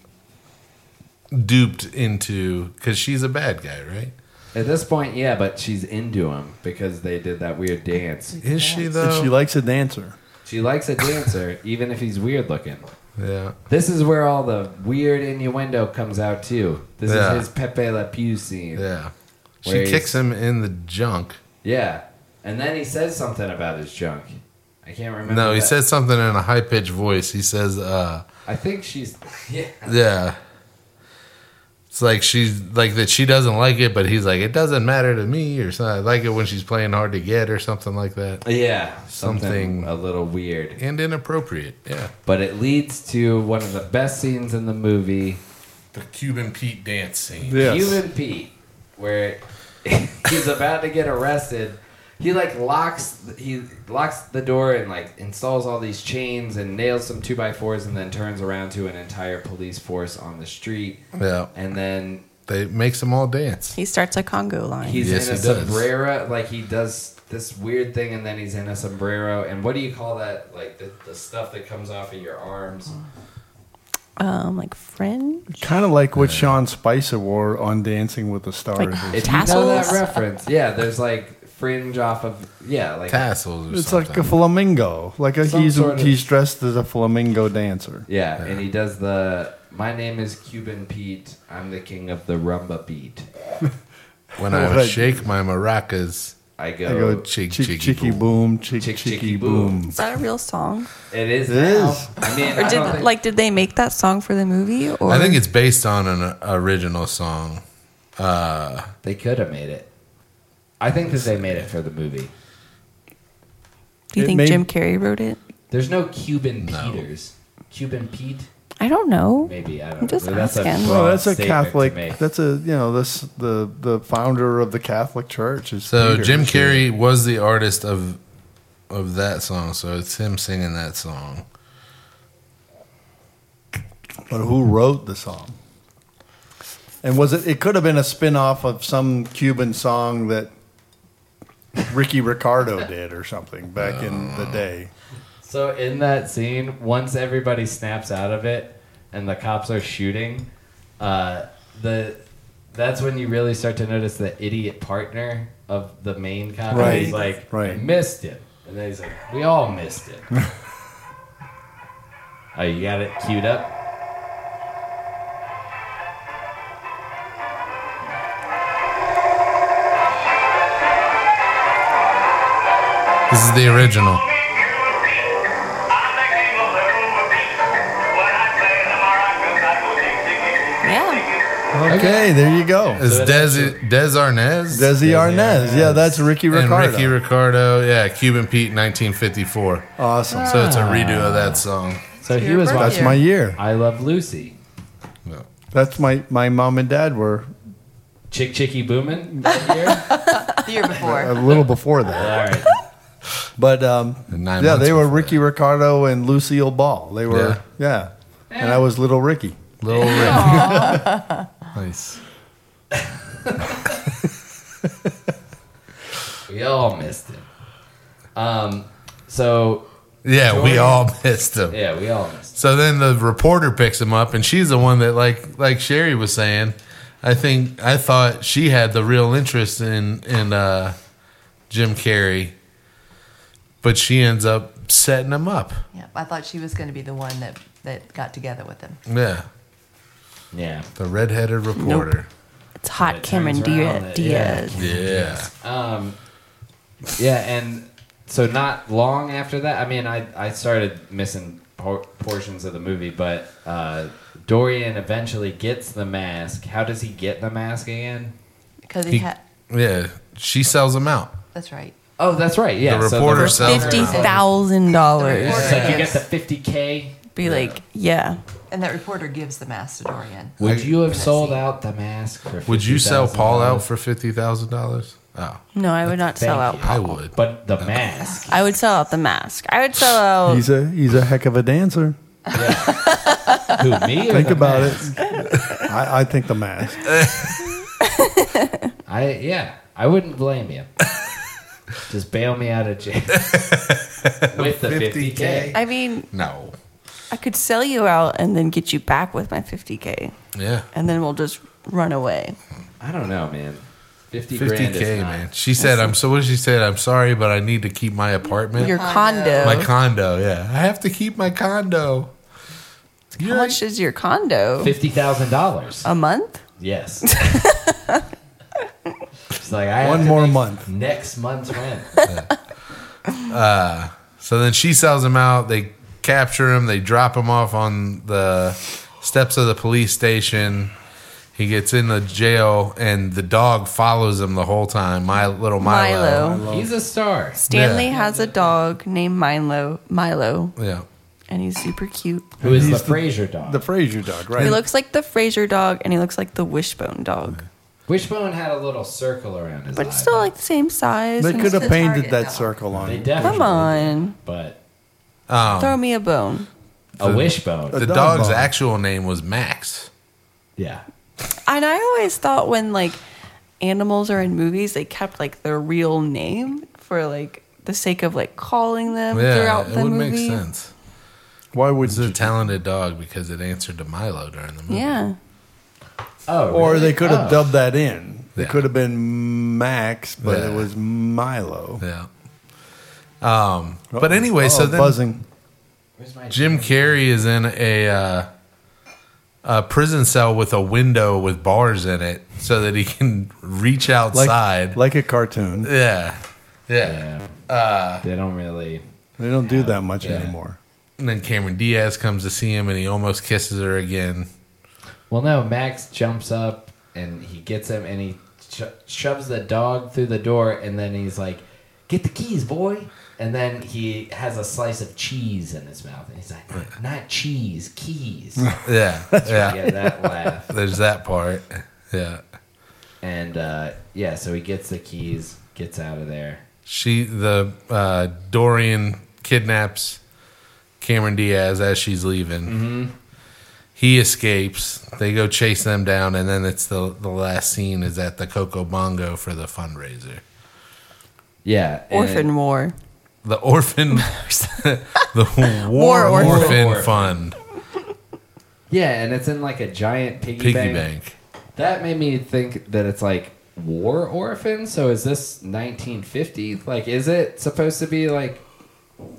S5: duped into because she's a bad guy, right?
S2: At this point, yeah, but she's into him because they did that weird dance.
S5: Is she
S4: And
S5: though?
S4: she likes a dancer.
S2: She likes a dancer, even if he's weird looking.
S5: yeah.
S2: This is where all the weird innuendo comes out too. This
S5: Yeah.
S2: is his Pepe Le Pew scene.
S5: Yeah. She
S2: where he's-
S5: kicks him in the junk.
S2: Yeah, and then he says something about his junk. I can't remember.
S5: No, he
S2: that.
S5: says something in a high pitched voice. He says, uh,
S2: I think she's. Yeah.
S5: yeah. It's like she's like that she doesn't like it, but he's like, it doesn't matter to me or something. I like it when she's playing hard to get or something like that.
S2: Yeah, something,
S5: Something-
S2: a little weird,
S5: And inappropriate. Yeah.
S2: but it leads to one of the best scenes in the movie,
S5: The Cuban Pete dance scene.
S4: Yes.
S2: Human Pete, where he's about to get arrested. He like locks he locks the door and like installs all these chains and nails some two by fours and then turns around to an entire police force on the street
S5: Yeah.
S2: and then
S5: They makes them all dance.
S6: He starts a Congo line.
S2: he's
S5: Yes,
S2: in a
S5: he does.
S2: sombrero like he does this weird thing and then he's in a sombrero and what do you call that like the, the stuff that comes off of your arms
S6: um, like fringe.
S4: Kind of like what Sean Spicer wore on Dancing with the Stars.
S6: Like-
S2: if you know that
S6: Tassels?
S2: reference yeah there's like fringe off of yeah like
S5: Tassels or
S4: it's
S5: something.
S4: like a flamingo. Like a,
S2: Some
S4: he's
S2: sort of-
S4: he's dressed as a flamingo dancer.
S2: yeah and he does the my name is Cuban Pete I'm the king of the rumba beat
S5: when I
S4: Right.
S5: shake my maracas.
S2: I go,
S4: I go
S5: chick,
S4: chick,
S5: chicky
S4: chicky, boom, chick, chicky, boom.
S6: Is that a real song?
S2: it is
S4: It
S2: now
S4: is.
S2: I mean
S6: Or
S2: I
S6: did
S2: don't think-
S6: like did they make that song for the movie? Or
S5: I think it's based on an original song.
S2: they could have made it I think that they made it for the movie
S6: do you
S4: it
S6: think
S4: may-
S6: Jim Carrey wrote it?
S2: there's no Cuban Peters Cuban Pete
S6: I don't know.
S2: Maybe I don't.
S6: I'm just
S2: know.
S6: asking.
S4: Well,
S2: broad
S4: that's a
S2: statement to
S4: Catholic.
S2: make.
S4: That's a you know this the the founder of the Catholic Church is
S5: So
S4: Peter.
S5: Jim Carrey was the artist of of that song, so it's him singing that song.
S4: But who wrote the song? And was it? It could have been a spin off of some Cuban song that Ricky Ricardo did or something back in the day.
S2: So in that scene, once everybody snaps out of it and the cops are shooting, uh, the that's when you really start to notice the idiot partner of the main cop.
S4: Right,
S2: He's like, I
S4: right.
S2: missed it, and then he's like, we all missed it. oh, you got it queued up.
S5: This is the original.
S6: Yeah.
S4: Okay, there you go.
S5: It's Des Des Arnaz
S4: Desi Arnaz. Yeah, that's Ricky
S5: and
S4: Ricardo.
S5: Ricky Ricardo. Yeah, Cuban Pete, 1954.
S4: awesome.
S5: So it's a redo of that song.
S2: So he was
S4: That's
S2: watching.
S4: my year.
S2: I love Lucy.
S5: No.
S4: That's my my mom and dad were
S2: Chick Chicky Boomin. that year?
S3: The year
S4: a
S3: before.
S4: little before
S2: all
S4: that,
S2: right.
S4: but um,
S5: Nine
S4: yeah,
S5: months
S4: they were
S5: before
S4: Ricky Ricardo and Lucille Ball. They were yeah, and I was little Ricky.
S5: Little Rick. nice.
S2: We all missed it. Um, so
S5: Yeah, we
S2: Jordan.
S5: all missed him.
S2: yeah, we all missed.
S5: So then the reporter picks him up, and she's the one that, like, like Sherry was saying, I think I thought she had the real interest in in uh, Jim Carrey, but she ends up setting him up.
S3: Yeah, I thought she was going to be the one that, that got together with him.
S5: Yeah,
S2: It. Yeah.
S5: the redheaded reporter.
S6: It's hot
S2: It
S6: Cameron
S2: turns around
S6: Dia-
S2: that-
S6: Diaz.
S5: Yeah,
S2: Um, yeah, and so not long after that, I mean, I I started missing por- portions of the movie, but uh, Dorian eventually gets the mask. How does he get the mask again?
S3: Because he,
S5: He-
S3: had.
S5: yeah. She sells him out.
S3: That's right.
S2: Oh, that's right. Yeah,
S5: The
S2: so
S5: reporter
S2: first-
S5: sells
S6: Fifty
S5: him out.
S6: thousand dollars.
S2: it's like you get the fifty k.
S6: Be like, yeah.
S3: And that reporter gives the mask to Dorian.
S2: Would you have
S3: Let's
S2: sold
S3: see.
S2: out the mask for?
S5: Would you sell
S2: $50,000?
S5: Paul out for fifty thousand dollars? Oh,
S6: No, I would not sell
S2: Thank
S6: out.
S2: you.
S5: I would.
S2: But the mask.
S6: I would sell out the mask. I would sell out.
S4: He's a he's a heck of a dancer.
S2: Who me? or
S4: Think
S2: the
S4: about
S2: mask?
S4: it. I, I think the mask.
S2: I yeah, I wouldn't blame you. Just bail me out of jail with the 50k.
S6: I mean,
S5: No.
S6: I could sell you out and then get you back with my 50k,
S5: Yeah.
S6: and then we'll just run away.
S2: I don't know, man. 50,
S5: Fifty
S2: grand is
S5: K,
S2: not-
S5: man. She said, "I'm so." What did she say? I'm sorry, but I need to keep my apartment.
S6: Your condo.
S5: My condo, yeah. I have to keep my condo.
S6: How much is your condo?
S2: Fifty thousand dollars.
S6: A month?
S2: Yes. like, I have
S4: One
S2: to
S4: more
S2: make
S4: month.
S2: Next month's rent.
S5: So then she sells him out. They capture him. They drop him off on the steps of the police station. He gets in the jail, and the dog follows him the whole time. My little Milo.
S6: Milo.
S2: He's a star.
S6: Stanley
S5: Yeah.
S6: has a dog named Milo. Milo,
S5: Yeah.
S6: and he's super cute.
S2: Who is the
S4: He's the-
S2: Fraser dog?
S4: The Fraser dog,
S6: He
S4: right?
S6: looks like the Fraser dog, and he looks like the Wishbone dog,
S2: Wishbone had a little circle around his
S6: but it's
S2: eye.
S6: still like the same size.
S4: They
S6: and
S4: could have
S6: it's-
S4: painted
S3: target
S4: that
S3: dog.
S4: circle on
S2: They
S4: it.
S2: definitely
S6: Come on,
S2: But
S5: Um,
S6: throw me a bone.
S2: a wishbone.
S5: The,
S4: The dog
S5: dog's
S4: bone.
S5: actual name was Max.
S2: yeah.
S6: And I always thought when like animals are in movies, they kept like their real name for like the sake of like calling them
S5: Yeah,
S6: throughout
S5: it
S6: the
S5: would
S6: movie.
S5: make sense.
S4: Why would
S5: It's a talented dog because it answered to Milo during the movie.
S6: Yeah,
S2: Oh,
S4: Or
S2: really?
S4: they could have
S2: Oh.
S4: dubbed that in. It
S5: Yeah.
S4: could have been Max, but
S5: Yeah.
S4: it was Milo.
S5: Yeah. Um, but anyway,
S4: Oh,
S5: so then
S4: buzzing.
S2: Where's my
S5: Jim Carrey is in a uh, a prison cell with a window with bars in it, so that he can reach
S4: Like,
S5: outside.
S4: like a cartoon.
S5: yeah, yeah.
S2: Yeah.
S4: Uh,
S2: they don't really.
S4: They don't do that much
S2: Yeah.
S4: anymore.
S5: And then Cameron Diaz comes to see him, and he almost kisses her again.
S2: Well, no. Max jumps up and he gets him and he sho- shoves the dog through the door and then he's like, "Get the keys, boy." And then he has a slice of cheese in his mouth and he's like, "Not, not cheese, keys."
S5: Yeah, yeah.
S2: yeah, that laugh.
S5: There's that part. Yeah.
S2: And uh, yeah, so he gets the keys, gets out of there.
S5: She the uh, Dorian kidnaps Cameron Diaz as she's leaving. He escapes. They go chase them down, and then it's the the last scene is at the Coco Bongo for the fundraiser.
S2: Yeah, and-
S6: orphan war.
S5: The orphan, the war,
S6: War orphan.
S5: orphan
S2: War.
S5: fund
S2: Yeah, and it's in like a giant piggy,
S5: piggy
S2: bank.
S5: bank.
S2: That made me think that it's like war orphan. So is this 1950? Like, is it supposed to be like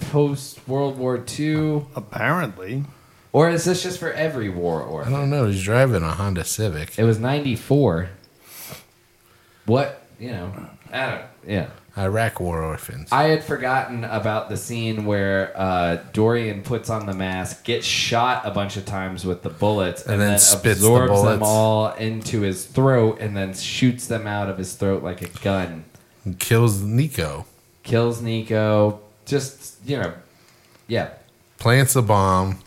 S2: post World War II,
S4: Apparently.
S2: or is this just for every war
S5: I
S2: orphan?
S5: don't know. He's driving a Honda Civic.
S2: It was 94. What you know? I don't. Yeah.
S5: Iraq war orphans.
S2: I had forgotten about the scene where uh, Dorian puts on the mask, gets shot a bunch of times with the bullets, and,
S5: And then
S2: then,
S5: spits the
S2: absorbs them
S5: bullets.
S2: all into his throat, and then shoots them out of his throat like a gun.
S5: Kills Nico.
S2: Kills Nico. Just you know, yeah.
S5: Plants the bomb,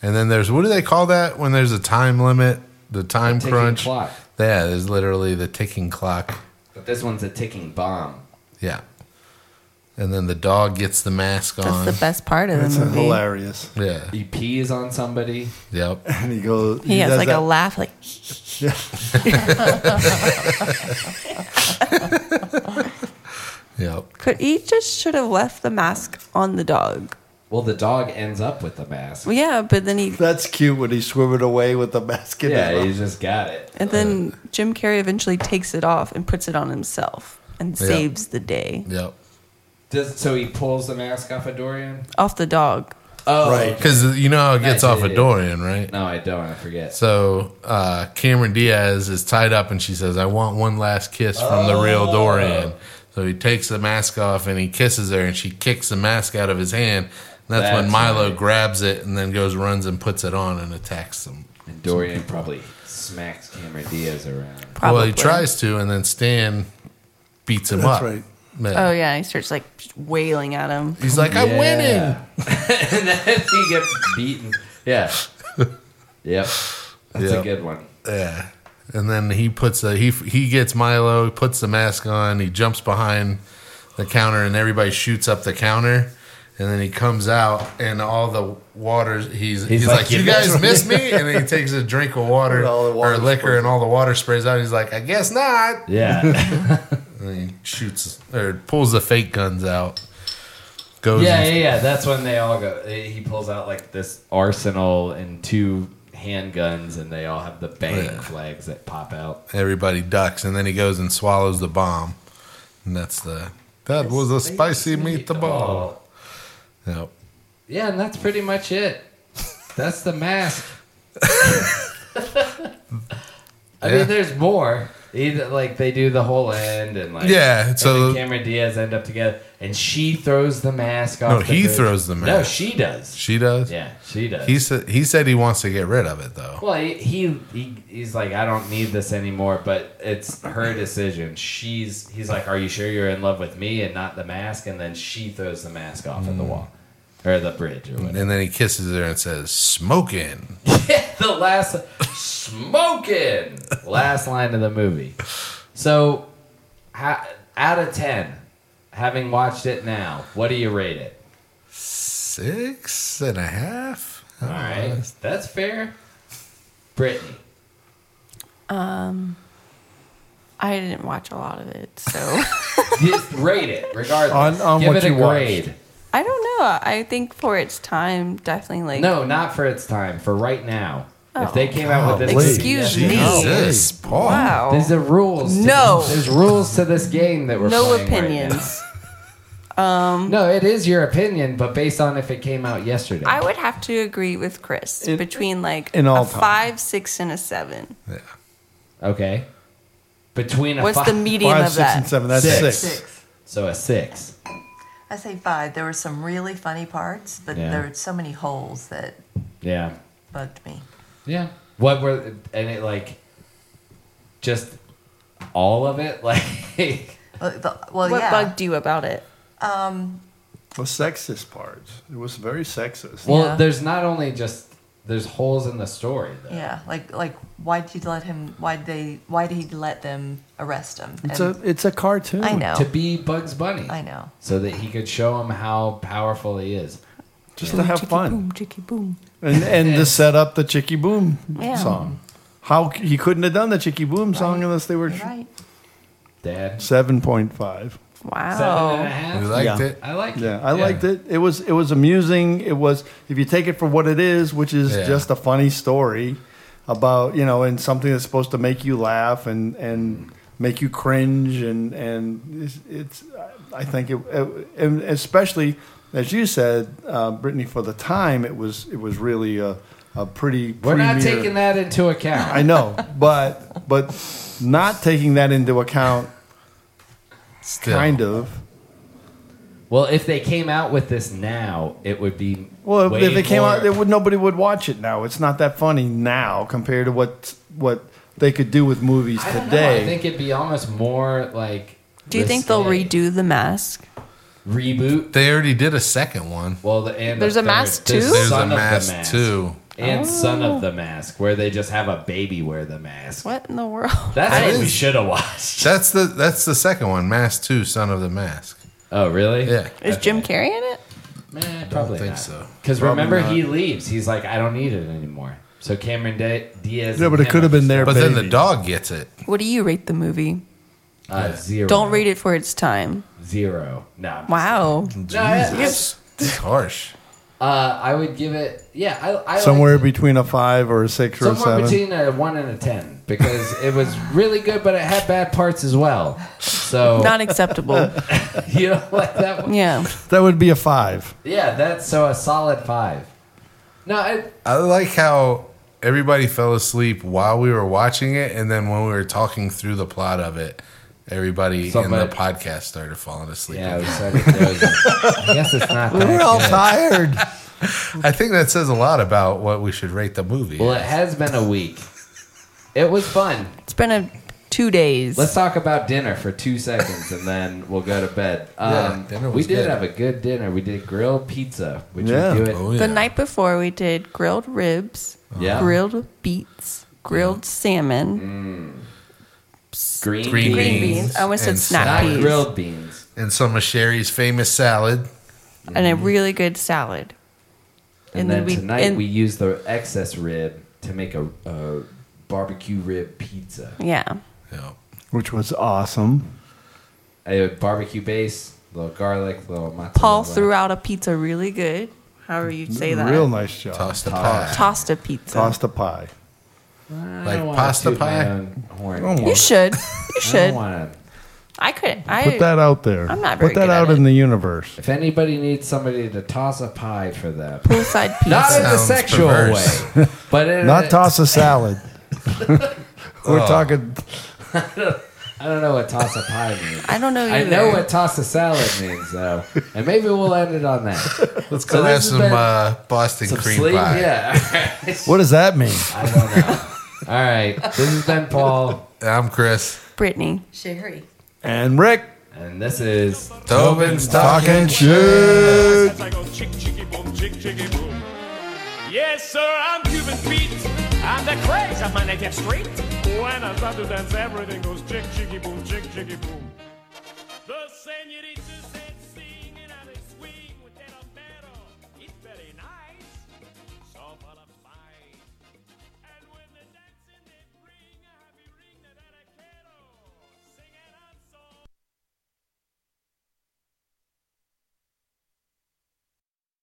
S5: and then there's what do they call that when there's a time limit? The time
S2: ticking
S5: crunch.
S2: clock.
S5: Yeah, there's literally the ticking clock.
S2: But this one's a ticking bomb.
S5: Yeah. And then the dog gets the mask
S6: That's
S5: on.
S6: the best part of
S4: That's
S6: the movie.
S4: hilarious.
S5: yeah.
S2: He pees on somebody.
S5: Yep.
S4: And he goes.
S6: He has
S4: does
S6: like
S4: that-
S6: a laugh, like
S5: Yep.
S6: could he just should have left the mask on the dog.
S2: Well, the dog ends up with the mask.
S6: Well, yeah, but then he
S4: That's cute when he swiveling away with the basket.
S2: Yeah, he's just got it.
S6: and then Jim Carrey eventually takes it off and puts it on himself and
S5: Yeah.
S6: saves the day
S5: Yep.
S2: Does, so he pulls the mask off of Dorian.
S6: off the dog.
S2: Oh,
S4: Right.
S5: Because you know how it gets
S2: Nice
S5: off of
S2: idea.
S5: Dorian, right?
S2: No, I don't. I forget.
S5: So uh, Cameron Diaz is tied up and she says, I want one last kiss from the real Dorian. So he takes the mask off and he kisses her and she kicks the mask out of his hand. And that's, when
S2: That's
S5: Milo
S2: right.
S5: grabs it and then goes, runs and puts it on and attacks them.
S2: And Dorian probably smacks Cameron Diaz around.
S6: Probably.
S5: Well, he tries to, and then Stan beats him
S4: That's
S5: up.
S4: right.
S5: Yeah.
S6: Oh yeah, he starts like just wailing at him.
S5: He's like, I win him.
S2: and then he gets beaten. Yeah. Yep. That's
S5: Yeah.
S2: a good one.
S5: Yeah. And then he puts a he he gets Milo, puts the mask on, he jumps behind the counter, and everybody shoots up the counter. And then he comes out, and all the water he's he's, like,
S2: like,
S5: "You
S2: "You
S5: guys miss me?" And then he takes a drink of water,
S4: And all the water
S5: or liquor,
S4: sprays
S5: and all the water sprays out. He's like, "I guess not."
S2: Yeah.
S5: And he shoots or pulls the fake guns out. Goes,
S2: yeah, yeah,
S5: and-
S2: yeah. That's when they all go. eh, He pulls out like this arsenal and two handguns, and they all have the bang
S5: Oh, Yeah.
S2: flags that pop out.
S5: everybody ducks, and then he goes and swallows the bomb. And that's the that was a spicy meatball. Yep.
S2: Yeah, and that's pretty much it. That's the mask. I
S5: Yeah.
S2: mean, there's more. Either, like they do the whole end and like
S5: Yeah,
S2: and
S5: so-
S2: then Cameron Diaz end up together and she throws the mask off.
S5: No,
S2: the
S5: he
S2: bridge.
S5: throws the
S2: No,
S5: mask.
S2: she does.
S5: She does.
S2: yeah, she does.
S5: He said he said he wants to get rid of it though.
S2: well, he, he he he's like, I don't need this anymore. But it's her decision. She's he's like, Are you sure you're in love with me and not the mask? And then she throws the mask off
S4: Mm.
S2: at the wall or the bridge or whatever.
S5: And then he kisses her and says, "Smoking."
S2: the last smoking last line of the movie. So, ha, out of ten, having watched it now, what do you rate it?
S5: Six and a half.
S4: Uh,
S2: All right, that's fair. Brittany,
S6: I didn't watch a lot of it, so
S2: just rate it regardless.
S4: On- on
S2: Give
S4: what
S2: it a
S4: you watched.
S2: grade.
S6: I don't know. I think for its time, definitely like
S2: No, not for its time. For right now, if they came out with
S4: Golly.
S2: this,
S6: Oh. Excuse me.
S5: Jesus,
S4: Oh.
S5: Paul.
S6: Wow.
S2: There's a rules. to-
S6: No.
S2: there's rules to this game that we're
S6: no
S2: playing right now.
S6: opinions.
S2: no, it is your opinion, but based on if it came out yesterday.
S6: I would have to agree with Chris
S4: In-
S6: between like
S4: in all
S6: a
S4: time.
S6: five, six, and a seven.
S2: Okay. Between a
S6: What's
S2: fi-
S6: the medium
S4: Five,
S6: of
S4: six,
S6: that?
S4: and seven. That's
S2: Six.
S4: six.
S3: Six.
S2: So a six.
S3: I say five. There were some really funny parts, but
S2: Yeah.
S3: there were so many holes that
S2: Yeah.
S3: bugged me.
S2: Yeah. What were and it like just all of it like
S3: Well, Uh, the, well
S6: what
S3: Oh, yeah.
S6: bugged you about it?
S4: The sexist part. It was very sexist.
S2: well
S6: Yeah.
S2: there's not only just there's holes in the story though.
S3: yeah, like like why did you let him? Why did they? Why did he let them arrest him?
S4: It's a
S3: And
S4: it's a cartoon.
S3: I know.
S2: To be Bugs Bunny.
S3: I know.
S2: So that he could show him how powerful he is.
S4: Just to have fun
S6: Boom, chicky, boom.
S4: and and to set up the Chicky Boom
S6: Yeah.
S4: song. How c- he couldn't have done the Chicky Boom song unless they were
S3: You're right.
S2: Dad.
S4: seven point five.
S2: Seven and a
S6: Wow.
S2: half.
S5: You liked
S4: Yeah.
S5: it?
S2: I like
S4: Yeah,
S2: it.
S4: I liked it. It was it was amusing. It was if you take it for what it is, which is
S5: Yeah.
S4: just a funny story about you know and something that's supposed to make you laugh and and make you cringe and and it's, it's I think it, it and especially as you said, uh, Brittany, for the time it was it was really a a pretty.
S2: We're not
S4: premier-
S2: taking that into account.
S4: I know, but but not taking that into account,
S5: Still.
S4: kind of.
S2: well, if they came out with this now, it would be
S4: Well, if,
S2: way
S4: if it came out,
S2: more-
S4: it would, nobody would watch it now. It's not that funny now compared to what what they could do with movies
S2: I don't know.
S4: today.
S2: I think it'd be almost more like.
S6: Do you think they'll
S2: risque.
S6: redo the mask?
S2: reboot?
S5: They already did a second one.
S2: Well, the, and
S6: There's
S2: the
S6: a mask
S2: third-
S6: too? Oh.
S5: There's
S2: Son
S5: a
S2: of the
S5: mask, too.
S2: and Son of the Mask, where they just have a baby wear the mask.
S6: What in the world?
S2: That's
S6: I
S2: what we
S6: didn't-
S2: should have watched.
S5: That's the that's the second one. Mask two, son of the mask.
S2: Oh, really?
S5: Yeah.
S6: Is Jim Carrey in it?
S2: Eh, probably
S5: think
S2: not.
S5: so.
S2: Because
S5: Probably
S2: remember,
S5: not.
S2: he leaves. He's like, I don't need it anymore. So Cameron Di- Diaz.
S4: yeah,
S2: and
S4: but it
S2: him
S4: could have
S2: are
S4: been there.
S5: But then the dog gets it.
S6: What do you rate the movie?
S2: just, Uh, zero.
S6: Don't rate it for its time.
S2: Zero. No.
S6: Wow.
S2: yeah.
S5: Jesus. It's harsh.
S2: Uh, I would give it. Yeah, I. I
S4: somewhere
S2: liked it.
S4: between a five or a six or a
S2: Somewhere
S4: seven.
S2: between a one and a ten because it was really good, but it had bad parts as well. So
S6: Not acceptable.
S2: you don't like that one.
S6: yeah.
S4: that would be a five.
S2: Yeah, that's so a solid five. No, I,
S5: I like how everybody fell asleep while we were watching it, and then when we were talking through the plot of it, everybody in
S2: Somebody-
S5: the podcast started falling asleep.
S2: yeah, it was sort of closing. I guess it's not
S4: We're all
S2: that
S4: tired.
S5: I think that says a lot about what we should rate the movie.
S2: good. Well, it has been a week. It was fun.
S6: It's been a two days.
S2: Let's talk about dinner for two seconds, and then we'll go to bed. Um,
S5: dinner
S2: we
S5: was
S2: did
S5: good.
S2: have a good dinner. We did grilled pizza, which
S4: Yeah.
S2: we do it. Oh.
S5: Oh,
S6: The
S5: yeah.
S6: night before, we did grilled ribs,
S2: Yeah. Mm.
S6: grilled beets, grilled salmon,
S2: green,
S5: Green
S2: beans,
S6: green beans. I almost said
S5: and
S6: snap
S2: not
S5: salad.
S6: peas,
S2: grilled beans.
S5: and some of Sherry's famous salad.
S6: and a really good salad.
S2: And,
S6: And
S2: then
S6: we-
S2: tonight
S6: and-
S2: we used the excess rib to make a, a barbecue rib pizza.
S6: Yeah,
S5: Yeah.
S4: Which was awesome.
S2: A barbecue base, little garlic, little mozzarella.
S6: Paul threw out a pizza really good. However you say that.
S4: Real nice job. Toss,
S5: Tossed a pie.
S6: Tossed a pizza.
S4: a pie.
S5: Like pasta pie?
S2: Horn.
S6: you should. You
S2: I
S6: should.
S2: don't wanna-
S6: I couldn't. I
S4: Put that out there.
S6: I'm not very
S4: Put that
S6: good at
S4: out
S6: it.
S4: in the universe.
S2: If anybody needs somebody to toss a pie for them,
S6: poolside pizza.
S2: not in the
S5: Sounds
S2: sexual
S5: perverse.
S2: way, but in
S4: Not
S2: a-
S4: toss a salad. We're talking
S2: I don't know what toss a pie means.
S6: I don't know
S2: I
S6: either.
S2: know what toss a salad means, though, and maybe we'll end it on that.
S5: Let's
S2: So
S5: go
S2: this
S5: have
S2: has
S5: some
S2: been
S5: uh, Boston
S2: Some
S5: cream
S2: sleep,
S5: pie.
S2: yeah.
S8: What does that mean?
S2: I don't know. All right, this has been Paul,
S5: I'm Chris.
S6: Brittany.
S7: Sherry.
S4: And Rick.
S2: and this is
S5: Tobin's
S8: Talking
S5: talking.
S8: shit.
S1: As I go chick chicky boom, chick chicky boom. Yes, sir, I'm Cuban Pete. I'm the craze of my native street. When I start to dance, everything goes chick chicky boom, chick chicky boom. The senoritas.